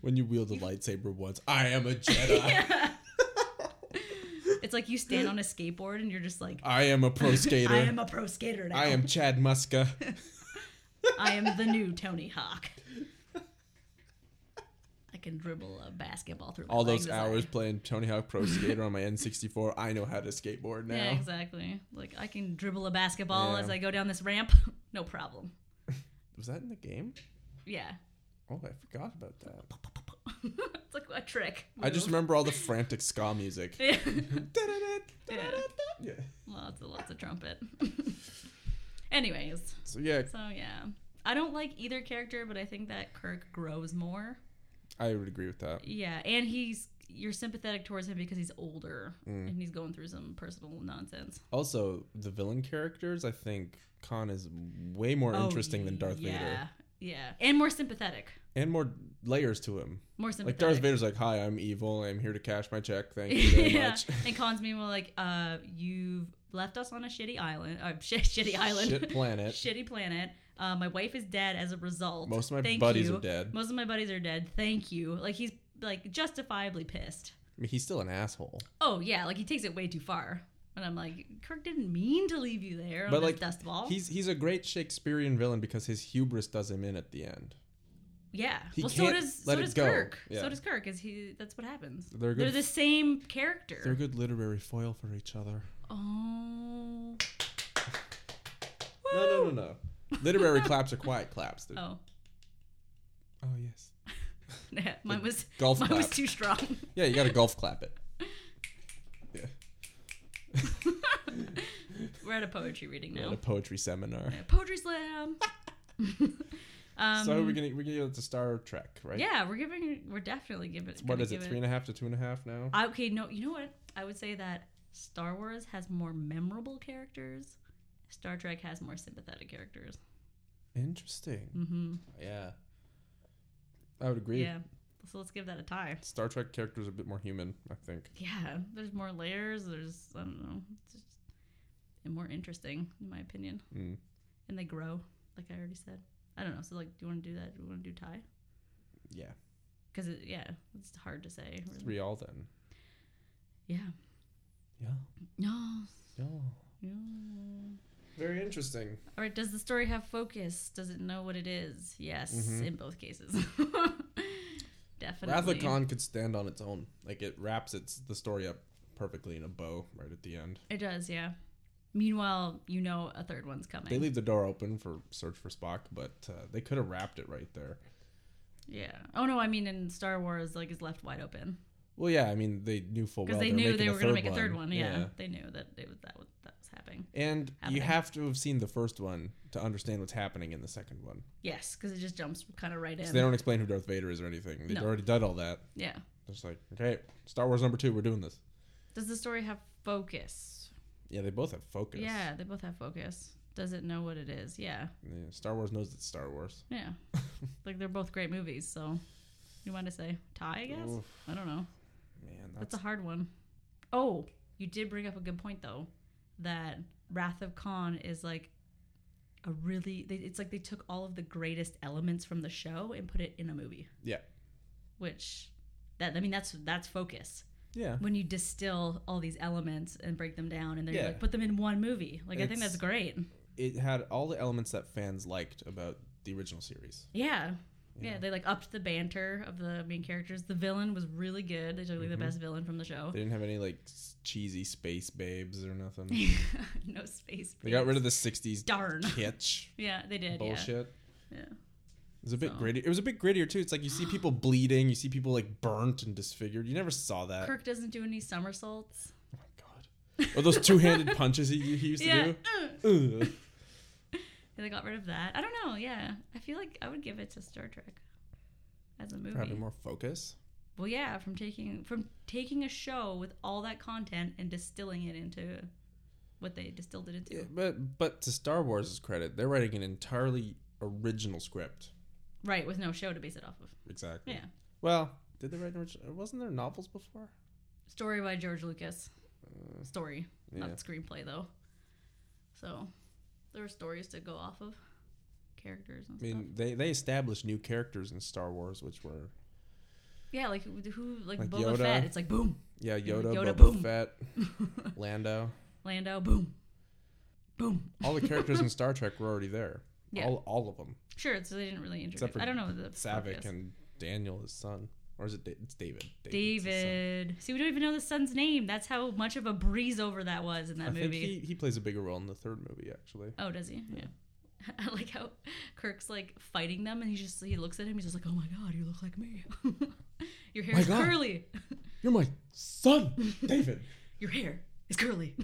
When you wield a lightsaber once, I am a Jedi.
<laughs> it's like you stand on a skateboard and you're just like,
I am a pro skater.
I am a pro skater now.
I am Chad Muska.
<laughs> I am the new Tony Hawk. I can dribble a basketball through my
All those
legs as I-
hours playing Tony
<laughs>
Hawk Pro Skater on my N64, I know how to skateboard now.
Yeah, exactly. Like I can dribble a basketball
Yeah.
as I go down this ramp, <laughs> no problem.
Was that in the game?
Yeah, <laughs>
Oh, I forgot about that.
it's like a trick.
I just
move.
remember all the frantic
<laughs>
ska music. <laughs>
Yeah.
Da-da-da,
Yeah.
yeah.
lots and lots of trumpet. <laughs> Anyways,
So yeah,
so yeah, I don't like either character, but I think that Kirk grows more.
I would agree with that.
Yeah, and he's you're sympathetic towards him because he's older and he's going through some personal nonsense.
Also, the villain characters, I think Khan is way more interesting than Darth
Oh, yeah,
Vader,
Yeah, and more sympathetic.
and more layers to him.
More
Like
sympathetic.
Darth
<laughs>
Vader's like, "Hi, I'm evil. I'm here to cash my check. Thank you very much." <laughs>
And Khan's meanwhile like, uh, you've left us on a shitty island, uh, <laughs> sh- shitty island,
<laughs> Shit
<laughs>
planet.
shitty planet. Uh, my wife is dead as a result.
Most of my
Thank
buddies
you.
are dead.
Most of my buddies are dead. Thank you. Like he's like justifiably pissed.
I mean, he's still an asshole.
Oh yeah, like he takes it way too far. And I'm like, Kirk didn't mean to leave you there
But,
on this
like,
dust ball.
He's he's a great Shakespearean villain because his hubris does him in at the end.
yeah.
he
well, so
can't
does so
let it
does
go.
Kirk.
Yeah.
So does Kirk. Is he? That's what happens.
They're good-
the same character.
They're a good literary foil for each other.
Oh.
<laughs> No, no, no, no. Literary claps are quiet claps. They're-
Oh. <laughs>
Oh yes.
Yeah, mine was
golf
mine was
clap.
too
<laughs>
strong. <laughs>
Yeah, you got to golf clap it. Yeah.
We're at a poetry reading
At
now.
a poetry seminar.
Yeah, Poetry
<laughs>
slam. um,
so we're gonna we're gonna give it to Star Trek, right?
yeah, we're giving we're definitely giving.
What
gonna
is it?
give
Three and a half to two and a half now.
I, okay, no, you know what? I would say that Star Wars has more memorable characters. Star Trek has more sympathetic characters.
Interesting.
hmm
Yeah. I would agree.
Yeah. So let's give that a tie.
Star Trek characters are a bit more human, I think.
Yeah, there's more layers. There's I don't know, it's just and more interesting in my opinion,
Mm.
and they grow. Like I already said, I don't know. So like, do you want to do that? Do you want to do tie?
Yeah.
Because it, yeah, it's hard to say. really.
Three all then.
Yeah.
Yeah.
No.
Yeah.
no.
Very interesting.
All right. Does the story have focus? Does it know what it is? Yes,
Mhm.
in both cases. <laughs>
Wrath
Definitely.
of Khan could stand on its own. Like it wraps its the story up perfectly in a bow right at the end.
It does, yeah. Meanwhile, you know a third one's coming.
They leave the door open for search for Spock, but uh, they could have wrapped it right there.
yeah. Oh no, I mean in Star Wars, like is left wide open
Well, yeah, I mean they knew full well
because they knew they were
going to
make a third one. Yeah, they knew that it was that was, that was happening.
And
Happening.
you have to have seen the first one to understand what's happening in the second one.
Yes, because it just jumps kind of right in.
So they don't explain who Darth Vader is or anything. They've
No.
already done all that.
yeah.
They're just like, okay, Star Wars number two, we're doing this.
Does the story have focus?
Yeah, they both have focus.
Yeah, they both have focus. Does it know what it is? Yeah.
Yeah, Star Wars knows it's Star Wars. <laughs>
Yeah. like they're both great movies, so you want to say tie, I guess?
Oof.
I don't know.
Man,
That's
that's,
a hard one. Oh, you did bring up a good point though, that Wrath of Khan is like a really they, it's like they took all of the greatest elements from the show and put it in a movie.
Yeah.
Which that I mean that's that's focus.
yeah.
When you distill all these elements and break them down and then
Yeah.
you like put them in one movie. Like I think
It's-
that's great.
It had all the elements that fans liked about the original series.
Yeah. Yeah, they like upped the banter of the main characters. The villain was really good. They took
Mm-hmm.
like the best villain from the show.
They didn't have any like s- cheesy space babes or nothing.
<laughs> no space.
They got rid of the '60s
Darn.
kitsch
<laughs> Yeah, they did.
bullshit.
Yeah. yeah.
was a bit
So-
gritty. It was a bit grittier too. It's like you
<gasps>
see people bleeding, you see people like burnt and disfigured. You never saw that.
Kirk doesn't do any somersaults.
Oh my god. Or
<laughs>
those two-handed punches he, he used
Yeah. Uh,
to
<laughs>
do. Ugh.
They got rid of that. I don't know. Yeah, I feel like I would give it to Star Trek as a movie.
Probably more focus.
Well, yeah, from taking from taking a show with all that content and distilling it into what they distilled it into.
Yeah, but but to Star Wars' credit, they're writing an entirely original script.
Right, with no show to base it off of.
Exactly.
Yeah.
Well, did they write an original? Wasn't there novels before?
Story by George Lucas. Story,
Uh, yeah.
not screenplay though. So there were stories to go off of, characters and
I
stuff.
mean, they they established new characters in Star Wars, which were
yeah, like who- who, like,
Like
Boba
Yoda.
Fett. It's like boom,
yeah,
Yeah,
Yoda,
Yoda,
Boba
boom.
Fett, Lando.
<laughs> Lando, boom, boom.
All the characters in Star Trek were already there.
Yeah.
All all of them
Sure, so they didn't really introduce.
Except for
I don't know the
Savick
focus.
and Daniel, his son, or is it da- it's David? David's his son.
David. See, we don't even know the son's name. That's how much of a breeze over that was in that
I
movie.
think he, he plays a bigger role in the third movie, actually.
Oh, does he? Yeah. <laughs> I like how Kirk's like fighting them, and he just he looks at him. He's just like, "Oh my god, you look like me. <laughs> Your hair
My
is
God.
curly. <laughs>
You're my son, David.
Your hair is curly. <laughs>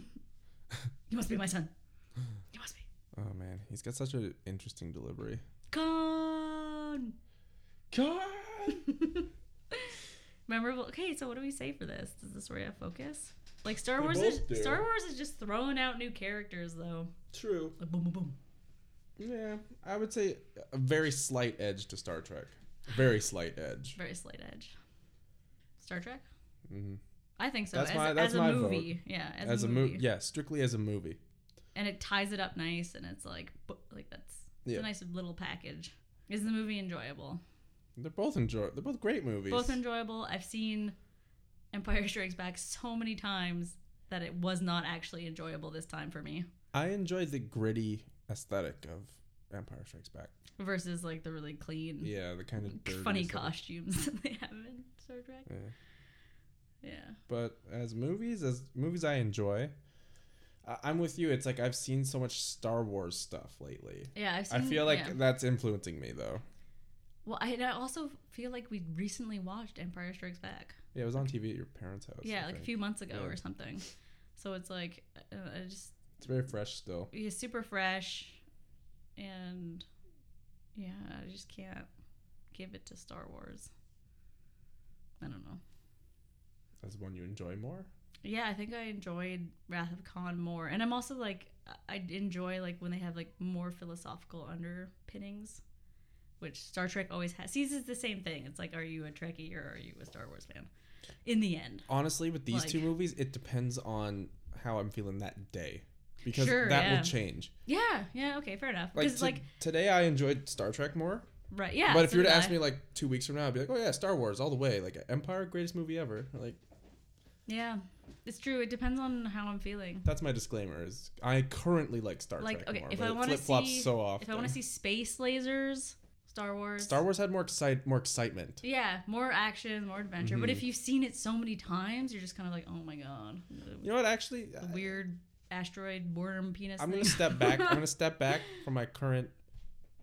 you must be my
<laughs>
son. You must be
Oh man, he's got such an interesting delivery.
gone."
God.
<laughs> Memorable. Okay, so what do we say for this? Does this where have focus? Like Star
They
Wars is
both do.
Star Wars is just throwing out new characters though.
True.
Like boom, boom, boom.
Yeah, I would say a very slight edge to Star Trek. Very slight edge.
Very slight edge. Star Trek.
Mhm.
I think so.
That's
as,
my- that's
as a
my vote.
movie, yeah. As,
As,
a
a
movie,
movie, yeah, strictly as a movie.
and it ties it up nice and it's like bu- like that's it's
Yeah.
a nice little package is the movie enjoyable
They're both enjoy. They're both great movies.
both enjoyable i've seen empire strikes back so many times that it was not actually enjoyable this time for me
I enjoy the gritty aesthetic of Empire Strikes Back.
versus like the really clean <laughs>
Yeah, the kind of dirty
funny
aesthetic.
costumes <laughs> that they have in star trek
Yeah.
yeah
but as movies as movies i enjoy I- i'm with you it's like i've seen so much star wars stuff lately
yeah i've
i
seen
feel like
yeah.
that's influencing me though
well I, and I also feel like we recently watched empire strikes back
yeah it was on tv at your parents house
yeah
I
like a
think.
few months ago
Yeah.
or something so it's like uh, i just
it's very fresh still
he's super fresh and yeah i just can't give it to star wars i don't know
as one you enjoy more
yeah i think i enjoyed wrath of khan more and i'm also like I- i enjoy like when they have like more philosophical underpinnings which star trek always has sees is the same thing it's like are you a trekkie or are you a star wars fan in the end
honestly with these two
Like-
movies it depends on how i'm feeling that day because
Sure,
that
yeah.
will change
yeah yeah okay fair enough
like,
because
to-
like,
today i enjoyed star trek more
right yeah
but if
so
you were to
did
ask
I.
me like two weeks from now i'd be like oh yeah star wars all the way like empire greatest movie ever like
yeah it's true it depends on how i'm feeling
That's my disclaimer. Is I currently like Star
Like,
Trek
okay,
more,
if
but
I
it
wanna
flip flops
see-
so often.
If I want to see space lasers, Star Wars.
Star Wars had more excite more excitement.
Yeah, more action, more adventure. But
Mhm.
if you've seen it so many times, you're just kind of like, oh my god,
You know what? Actually,
the weird asteroid worm penis.
I, am gonna
thing.
step back. I'm
<laughs>
gonna step back from my current,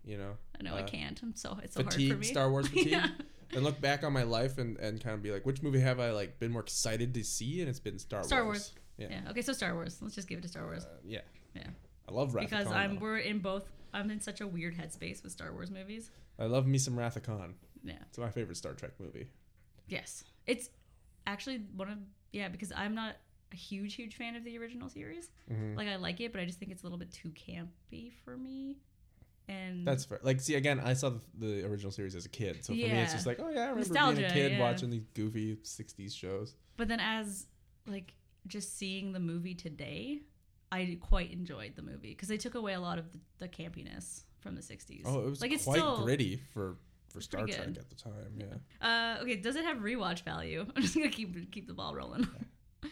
you know,
I know I
uh,
can't. I'm so it's so hard for
fatigue,
me.
Star Wars fatigue,
<laughs> Yeah.
and look back on my life and and kind of be like, which movie have I like been more excited to see? And it's been Star,
Star
Wars.
Yeah. Okay, so Star Wars. Let's just give it to Star Wars
Uh, yeah.
Yeah.
I love Wrath
because
of Khan,
I'm
though.
we're in both. I'm in such a weird headspace with Star Wars movies.
I love me some Wrath of Khan.
Yeah.
It's my favorite Star Trek movie.
Yes, it's actually one of yeah because I'm not a huge huge fan of the original series.
Mhm.
Like I like it, but I just think it's a little bit too campy for me. And
That's fair. Like, see, again, I saw the, the original series as a kid, so for me,
Yeah.
it's just like, oh yeah, I remember being
Nostalgia,
a kid
yeah.
watching these goofy '60s shows.
but then as like just seeing the movie today, I quite enjoyed the movie because they took away a lot of the, the campiness from the '60s.
Oh, it was
like
quite
it's still
gritty for for
It's
Star
pretty
Trek
good.
at the time. Yeah,
Uh, okay, does it have rewatch value? <laughs> I'm just gonna keep keep the ball rolling. <laughs>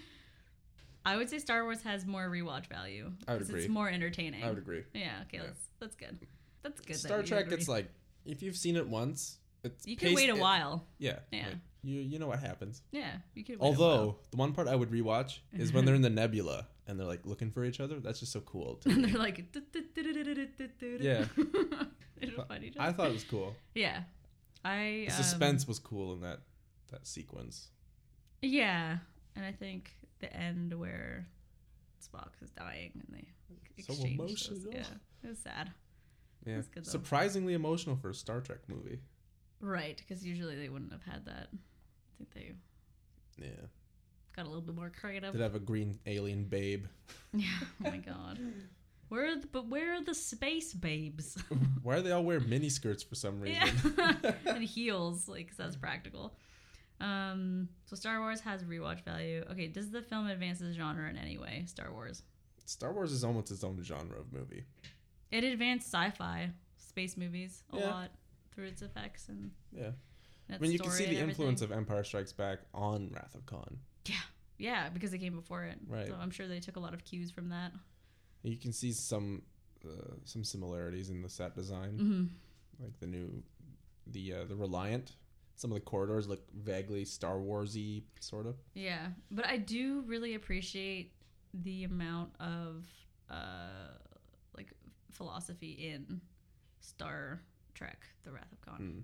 I would say Star Wars has more rewatch value.
I would
'cause
agree.
It's more entertaining.
I would agree.
Yeah. Okay.
Yeah.
That's that's good. That's good. that
Star
you
Trek,
agree.
it's like if you've seen it once, it's
you can
paced-
wait a
it-
while.
yeah,
Yeah.
like, you you know what happens.
Yeah. You can. Wait a while. <laughs>
Although the one part I would rewatch is
Mm-hmm.
when they're in the nebula
<laughs>
and they're like looking for each other. That's just so cool. to me.
and they're like,
Yeah.
they don't find each other.
I thought it was cool.
yeah, I
The
um,
suspense was cool in that that sequence.
Yeah, and I think the end where Spock is dying and they
So
exchange. those-
emotional.
Yeah, it was sad.
Yeah,
That's good, though.
surprisingly emotional for a Star Trek movie.
Right, because usually they wouldn't have had that. I think they
Yeah,
got a little bit more creative.
did have a green alien babe.
<laughs> Yeah. Oh my god. Where are the, but where are the space babes? <laughs>
Why do they all wear mini skirts for some reason?
yeah.
<laughs>
<laughs> and heels, like 'cause that's practical. Um, so Star Wars has rewatch value. Okay, does the film advance the genre in any way? Star Wars.
Star Wars is almost its own genre of movie.
It advanced sci-fi, space movies a
Yeah.
lot through its effects and.
Yeah.
and
I mean, you
its
can see
story
the
and
influence
everything.
of Empire Strikes Back on Wrath of Khan.
Yeah, because it came before it.
Right.
So I'm sure they took a lot of cues from that.
You can see some uh, some similarities in the set design,
hmm
like the new the uh, the Reliant. Some of the corridors look vaguely Star Warsy, sort of.
Yeah, but I do really appreciate the amount of uh, like philosophy in Star Trek: The Wrath of Khan.
Mm.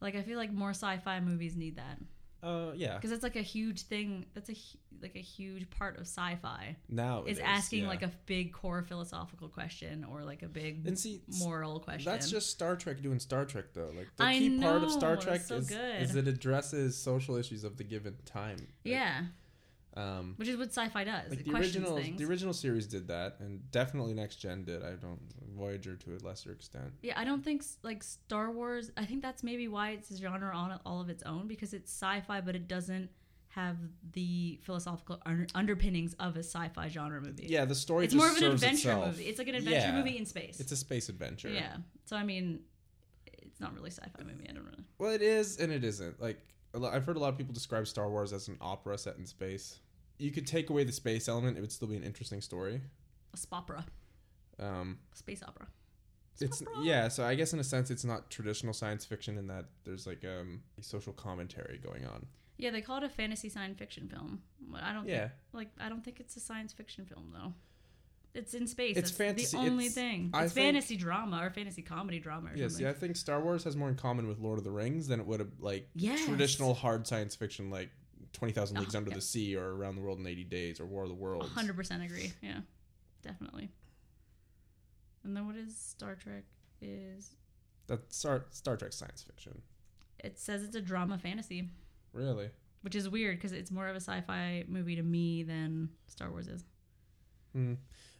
Like, I feel like more sci-fi movies need that
Uh, yeah.
because that's like a huge thing. That's a hu- like a huge part of sci-fi
Now it
is asking
yeah.
like a big core philosophical question or like a big
and see s-
moral question.
That's just Star Trek doing Star Trek though. Like the
I
key part of Star
know, it's
Trek
so
is,
good.
is it addresses social issues of the given time. Like,
yeah,
Um,
which is what sci-fi does.
like
it
the
questions
original
things.
the original series did that and definitely next gen did i don't voyager to a lesser extent
Yeah, I don't think s- like Star Wars. I think that's maybe why it's a genre on all of its own because it's sci-fi, but it doesn't have the philosophical un- underpinnings of a sci-fi genre movie.
yeah the story
it's
just
more of an
serves
adventure
itself.
movie. It's like an adventure
Yeah.
movie in space.
it's a space adventure
Yeah. So I mean, it's not really sci-fi movie. I don't really.
well it is and it isn't like a lo- i've heard a lot of people describe star wars as an opera set in space you could take away the space element it would still be an interesting story
A spopera,
um
space opera.
it's
Opera.
yeah so i guess in a sense it's not traditional science fiction in that there's like um a social commentary going on
Yeah, they call it a fantasy science fiction film. But I don't.
yeah
Think, like I don't think it's a science fiction film though. It's in space.
It's
It's
fantasy-
The only
it's-
thing.
I
It's
think-
fantasy drama or fantasy comedy drama. Or
Yes,
something.
yeah, I think Star Wars has more in common with Lord of the Rings than it would have like
Yes.
traditional hard science fiction like Twenty Thousand
Oh,
Leagues Under
yeah.
the Sea or Around the World in Eighty Days or War of the Worlds.
hundred percent agree. Yeah, definitely. And then what is Star Trek? Is
That's Star Star Trek science fiction,
it says it's a drama fantasy,
really?
which is weird because it's more of a sci-fi movie to me than Star Wars is.
Hmm.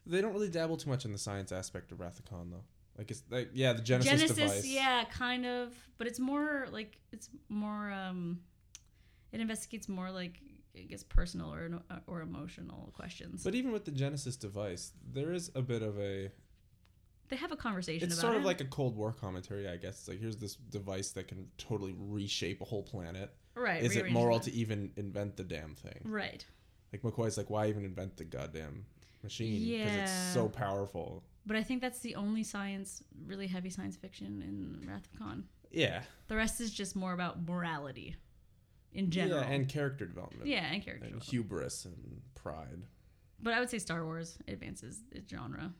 They don't really dabble too much in the science aspect of Wrath of Khan though. Like it's like yeah, the Genesis, device.
yeah, kind of, but it's more like it's more. um It investigates more like I guess personal or uh, or emotional questions.
But even with the Genesis device, there is a bit of a.
they have a conversation.
It's
about
sort of
it.
like a Cold War commentary, I guess. It's like here's this device that can totally reshape a whole planet.
right.
is it
rearrange
moral
them.
to even invent the damn thing?
Right.
Like McCoy's like, why even invent the goddamn machine? Because
Yeah.
it's so powerful.
But I think that's the only science, really heavy science fiction in Wrath of Khan.
Yeah.
The rest is just more about morality in general.
Yeah, and character development.
Yeah, and character.
And
development.
hubris and pride.
but I would say Star Wars advances its genre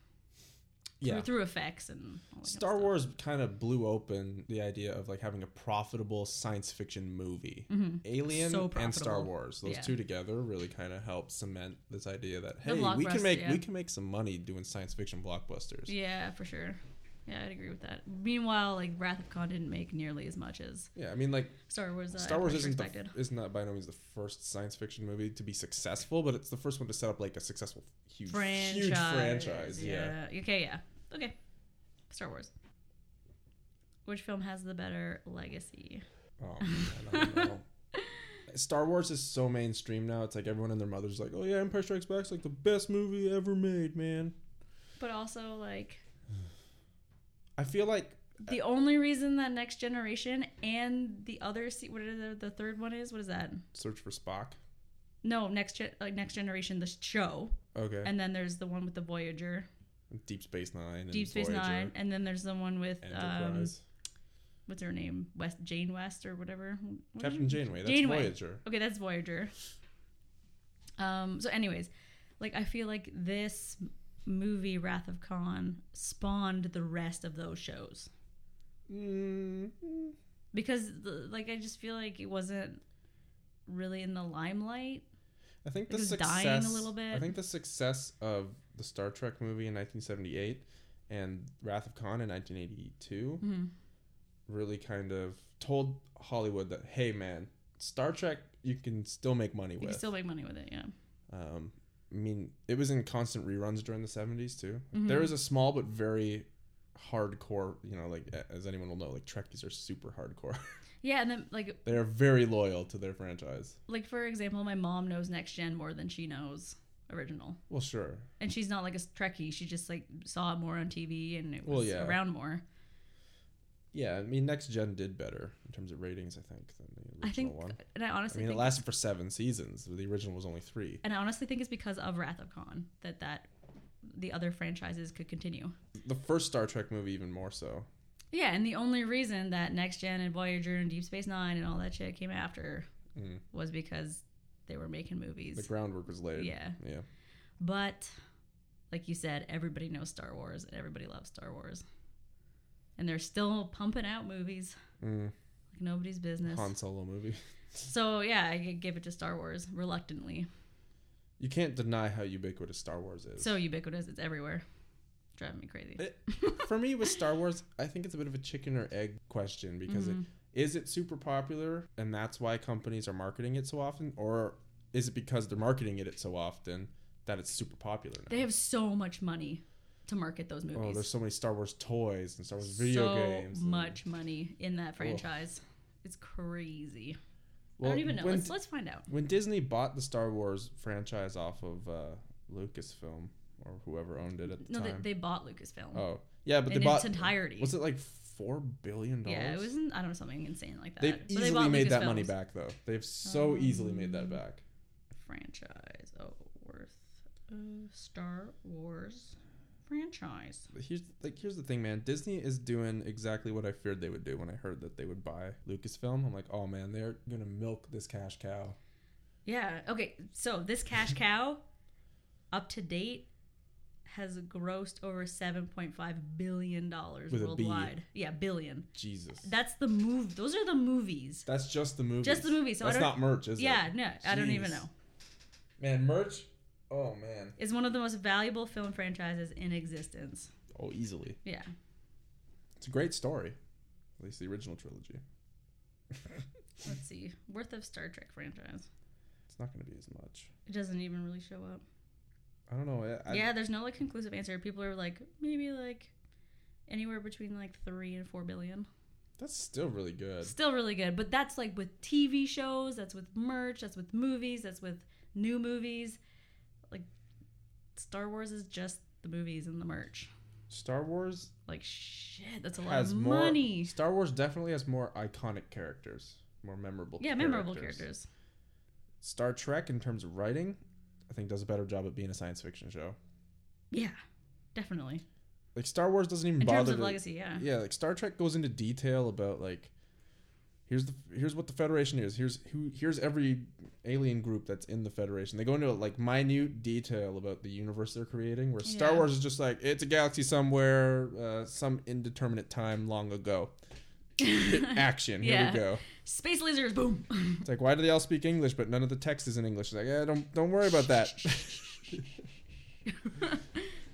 Yeah.
through, through effects and all that
Star
kind of
Wars kind of blew open the idea of like having a profitable science fiction movie.
Mhm.
Alien
So
and Star
profitable.
Wars, those
Yeah.
two together really kind of help cement this idea that hey,
The
we can
blockbuster,
make
yeah.
we can make some money doing science fiction blockbusters.
Stuff. Yeah, for sure. Yeah, I'd agree with that. Meanwhile, like Wrath of Khan didn't make nearly as much as
Yeah, I mean like
Star Wars. Uh,
Star Wars isn't the,
expected.
is not by no means the first science fiction movie to be successful, but it's the first one to set up like a successful huge
franchise.
huge franchise. Yeah.
Okay. Yeah. Okay. Star Wars. Which film has the better legacy?
Oh man, I
<laughs>
don't know. Star Wars is so mainstream now. It's like everyone and their mother's like, "Oh yeah, Empire Strikes Back's like the best movie ever made, man."
But also, like,
I feel like
The
Uh,
only reason that Next Generation and the other se- what is the, the third one is what is that?
Search for Spock.
No, Next Gen like Next Generation the show,
Okay.
and then there's the one with the Voyager,
Deep Space Nine. And
Deep Space
Voyager,
Nine, and then there's the one with um,
Enterprise.
what's her name West Jane West or whatever What is
Captain
it?
Janeway. That's
Janeway.
Voyager.
Okay, that's Voyager. Um. So, anyways, like I feel like this movie Wrath of Khan spawned the rest of those shows
Mm,
because the, like I just feel like it wasn't really in the limelight.
I think the
It was
success.
dying a little bit.
I think the success of the Star Trek movie in 1978 and Wrath of Khan in 1982
Mm-hmm.
really kind of told Hollywood that hey man, Star Trek you can still make money
You
with.
can still make money with it, yeah.
Um, I mean, it was in constant reruns during the 70s too.
Mm-hmm.
There was a small but very hardcore, you know, like a- as anyone will know, like Trekkies are super hardcore. <laughs>
Yeah, and then like
they are very loyal to their franchise.
like for example, my mom knows Next Gen more than she knows original,
Well, sure.
and she's not like a Trekkie. She just like saw it more on TV and it was
Well, yeah.
around more.
Yeah, I mean, Next Gen did better in terms of ratings, I think, than the original
I think,
one.
and I
I
honestly
mean, it
think,
lasted for seven seasons. The original was only three.
and I honestly think it's because of Wrath of Khan that that the other franchises could continue.
The first Star Trek movie, even more so.
Yeah, and the only reason that Next Gen and Voyager and Deep Space Nine and all that shit came after
Mm.
was because they were making movies.
The groundwork was laid.
Yeah.
Yeah.
But like you said, everybody knows Star Wars and everybody loves Star Wars. And they're still pumping out movies
Mm.
like nobody's business.
Han Solo movie.
So yeah, I give it to Star Wars reluctantly.
You can't deny how ubiquitous Star Wars is.
So ubiquitous, it's everywhere. Driving me crazy.
It-
<laughs>
for me with Star Wars, I think it's a bit of a chicken or egg question because it,
Mm-hmm.
is it super popular and that's why companies are marketing it so often, or is it because they're marketing it so often that it's super popular now?
They have so much money to market those
oh,
movies.
there's so many Star Wars toys and Star Wars video
so
games. and-
much money in that franchise. It's crazy.
Well,
I don't even know.
When,
Let's, let's find out.
when Disney bought the Star Wars franchise off of uh, Lucasfilm or whoever owned it at the
No, they,
time.
they bought Lucasfilm
oh, yeah, but
in
they bought.
its entirety.
Was it like four billion dollars?
yeah, it was in, I don't know something insane like that.
They've
But
easily
bought
made that money
Lucasfilms. Oh,
back, though. They've so easily made that back.
franchise. Oh, worth of Star Wars franchise.
But here's like here's the thing, man. Disney is doing exactly what I feared they would do when I heard that they would buy Lucasfilm. I'm like, oh man, they're gonna milk this cash cow.
Yeah. Okay. So this
<laughs>
cash cow, up to date, has grossed over seven point five billion dollars
With a B.
worldwide. Yeah, billion.
Jesus,
That's the move. Those are the movies.
that's just the movie.
Just the movies, so I
that's
don't-
not merch, is
yeah.
it?
No, I don't even
Jeez.
know.
Man, merch. Oh man.
It's one of the most valuable film franchises in existence.
Oh, easily.
Yeah.
It's a great story. At least the original trilogy. <laughs>
Let's see. Worth of Star Trek franchise.
It's not gonna be as much.
It doesn't even really show up.
I don't know. I, I-
yeah, there's no like conclusive answer. People are like maybe like anywhere between like three and four billion.
That's still really good.
Still really good, but that's like with TV shows, that's with merch, that's with movies, that's with new movies. Like Star Wars is just the movies and the merch.
Star Wars
Like shit, that's a lot
has
of
more.
money.
Star Wars definitely has more iconic characters, more memorable.
Yeah, memorable characters.
Star Trek, in terms of writing, I think does a better job at being a science fiction show.
Yeah, definitely.
Like Star Wars doesn't even
In
bother.
terms of
to-
legacy,
<laughs>
yeah. <laughs>
Yeah, like Star Trek goes into detail about like here's the here's what the Federation is. Here's who here's every alien group that's in the Federation. They go into like minute detail about the universe they're creating. Where Star
Yeah.
Wars is just like it's a galaxy somewhere, uh, some indeterminate time
<laughs>
long ago. Action. Here
Yeah.
we go.
Space lasers, boom. <laughs>
It's like, why do they all speak English, but none of the text is in English? It's like, yeah, don't don't worry about that.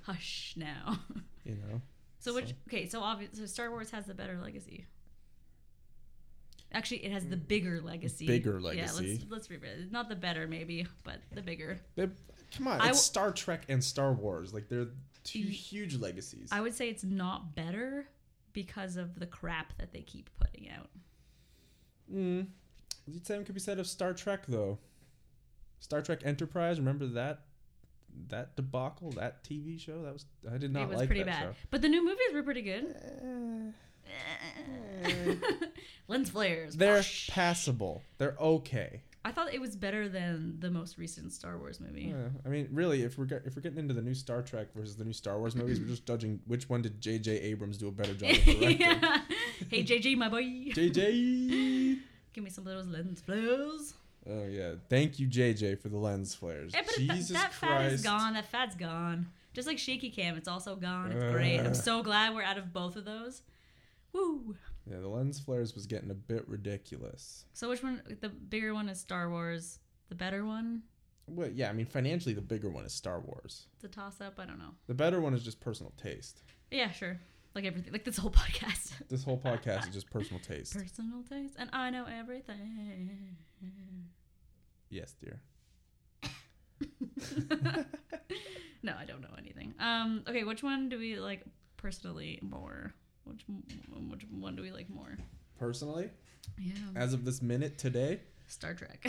Hush now.
you know,
So which
So-
okay, so obviously so Star Wars has the better legacy. Actually, it has the bigger legacy.
Bigger
Yeah,
legacy.
let's let's rewrite it. Not the better, maybe, but the bigger.
they, come on,
I w-
it's Star Trek and Star Wars. Like they're two
Y-
huge legacies.
I would say it's not better because of the crap that they keep putting out.
mm. The same could be said of Star Trek, though. Star Trek Enterprise. Remember that that debacle, that TV show? That was I did not
it was
like
pretty
that
bad, but the new movies were pretty
<laughs>
good.
show.
Eh. Lens flares.
They're
Whoosh.
passable. They're okay.
I thought it was better than the most recent Star Wars movie. <laughs>
Yeah, I mean, really, if we're get, if we're getting into the new Star Trek versus the new Star Wars movies, we're just judging which one did J.J. Abrams do a better job of
<laughs>
directing.
yeah. Hey JJ, my boy,
J.J.
give me some of those lens flares.
Oh yeah. Thank you, JJ, for the lens flares.
Eh, but if
Jesus
that, that fad is
Christ.
gone. That fad's gone. Just like shaky cam, it's also gone. It's great. I'm
Ugh.
so glad we're out of both of those. Woo!
Yeah, the lens flares was getting a bit ridiculous.
So which one? The bigger one is Star Wars. The better one?
Well, yeah, I mean financially the bigger one is Star Wars.
It's a toss up. I don't know.
The better one is just personal taste.
Yeah, sure. Like everything. Like this whole <laughs> podcast.
This whole podcast is just personal taste.
Personal taste, and I know everything. <laughs>
yes, dear.
no, I don't know anything. Um. Okay, which one do we like personally more? Which which one do we like more?
Personally,
Yeah.
as of this minute today,
Star Trek.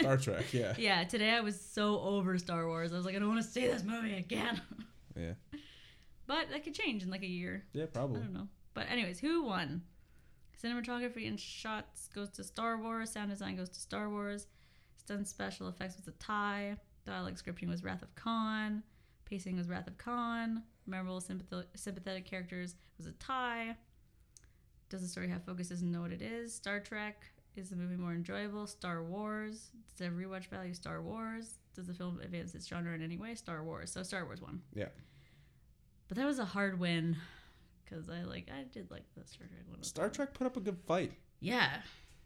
Star
<laughs>
Trek, yeah.
Yeah, today I was so over Star Wars. I was like, I don't want to see this movie again. <laughs>
Yeah.
But that could change in like a year.
Yeah,
I
probably.
don't know. But anyways, who won? Cinematography and shots goes to Star Wars. Sound design goes to Star Wars. Stunt special effects was a tie. Dialogue scripting was Wrath of Khan. Pacing was Wrath of Khan. Memorable sympath- sympathetic characters was a tie. Does the story have focus? Doesn't know what it is. Star Trek is the movie more enjoyable. Star Wars does the rewatch value? Star Wars does the film advance its genre in any way? Star Wars. So Star Wars won.
Yeah.
But that was a hard win because I like I did like the Star Trek one.
Star Trek put up a good fight.
Yeah,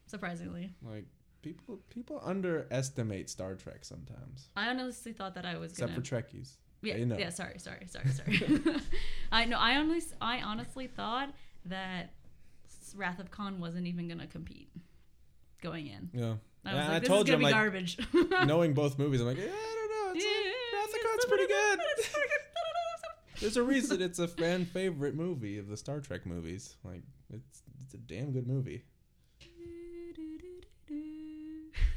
surprisingly,
Like people people underestimate Star Trek sometimes.
I honestly thought that I was
Except
gonna.
for Trekkies.
yeah,
they know.
yeah. Sorry, sorry, sorry, sorry. <laughs> I know. I only. I honestly thought that Wrath of Khan wasn't even gonna compete going in.
Yeah.
I was
And
like,
I
this is
told you,
gonna be
I'm like,
garbage.
<laughs> knowing both movies, I'm like, yeah, I don't know. It's
<laughs>
like, Wrath of Khan's pretty good. There's a reason it's a fan favorite movie of the Star Trek movies. Like, it's it's a damn good movie.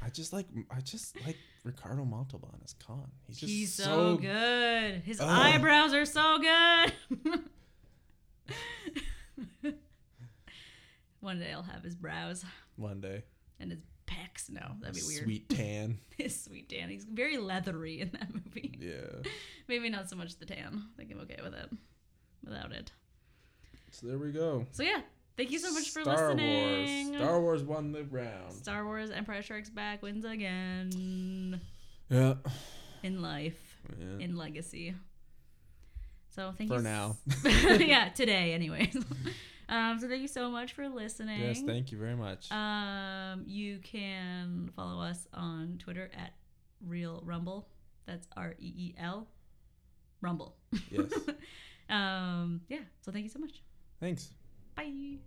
I just like I just like Ricardo Montalban as Khan. He's just
He's so,
so Oh.
good. His
Ugh.
eyebrows are so
<laughs>
good. <laughs> One day I'll have his brows
One day,
and his pecs. No, that'd be weird. <laughs>
sweet tan.
His sweet tan. He's very leathery in that movie. <laughs>
Yeah.
Maybe not so much the tan. I think I'm okay with it without it.
So there we go.
So yeah, thank you so much for listening.
Wars. Star Wars won the round.
Star Wars Empire Strikes Back wins again
yeah.
in life,
yeah.
in legacy. So thank
For
you.
now.
<laughs>
<laughs>
yeah, today, anyways. <laughs> Um, so thank you so much for listening.
yes, thank you very much.
Um, you can follow us on Twitter at Real Rumble. That's R E E L Rumble. <laughs>
yes.
Um, yeah. So thank you so much.
Thanks.
Bye.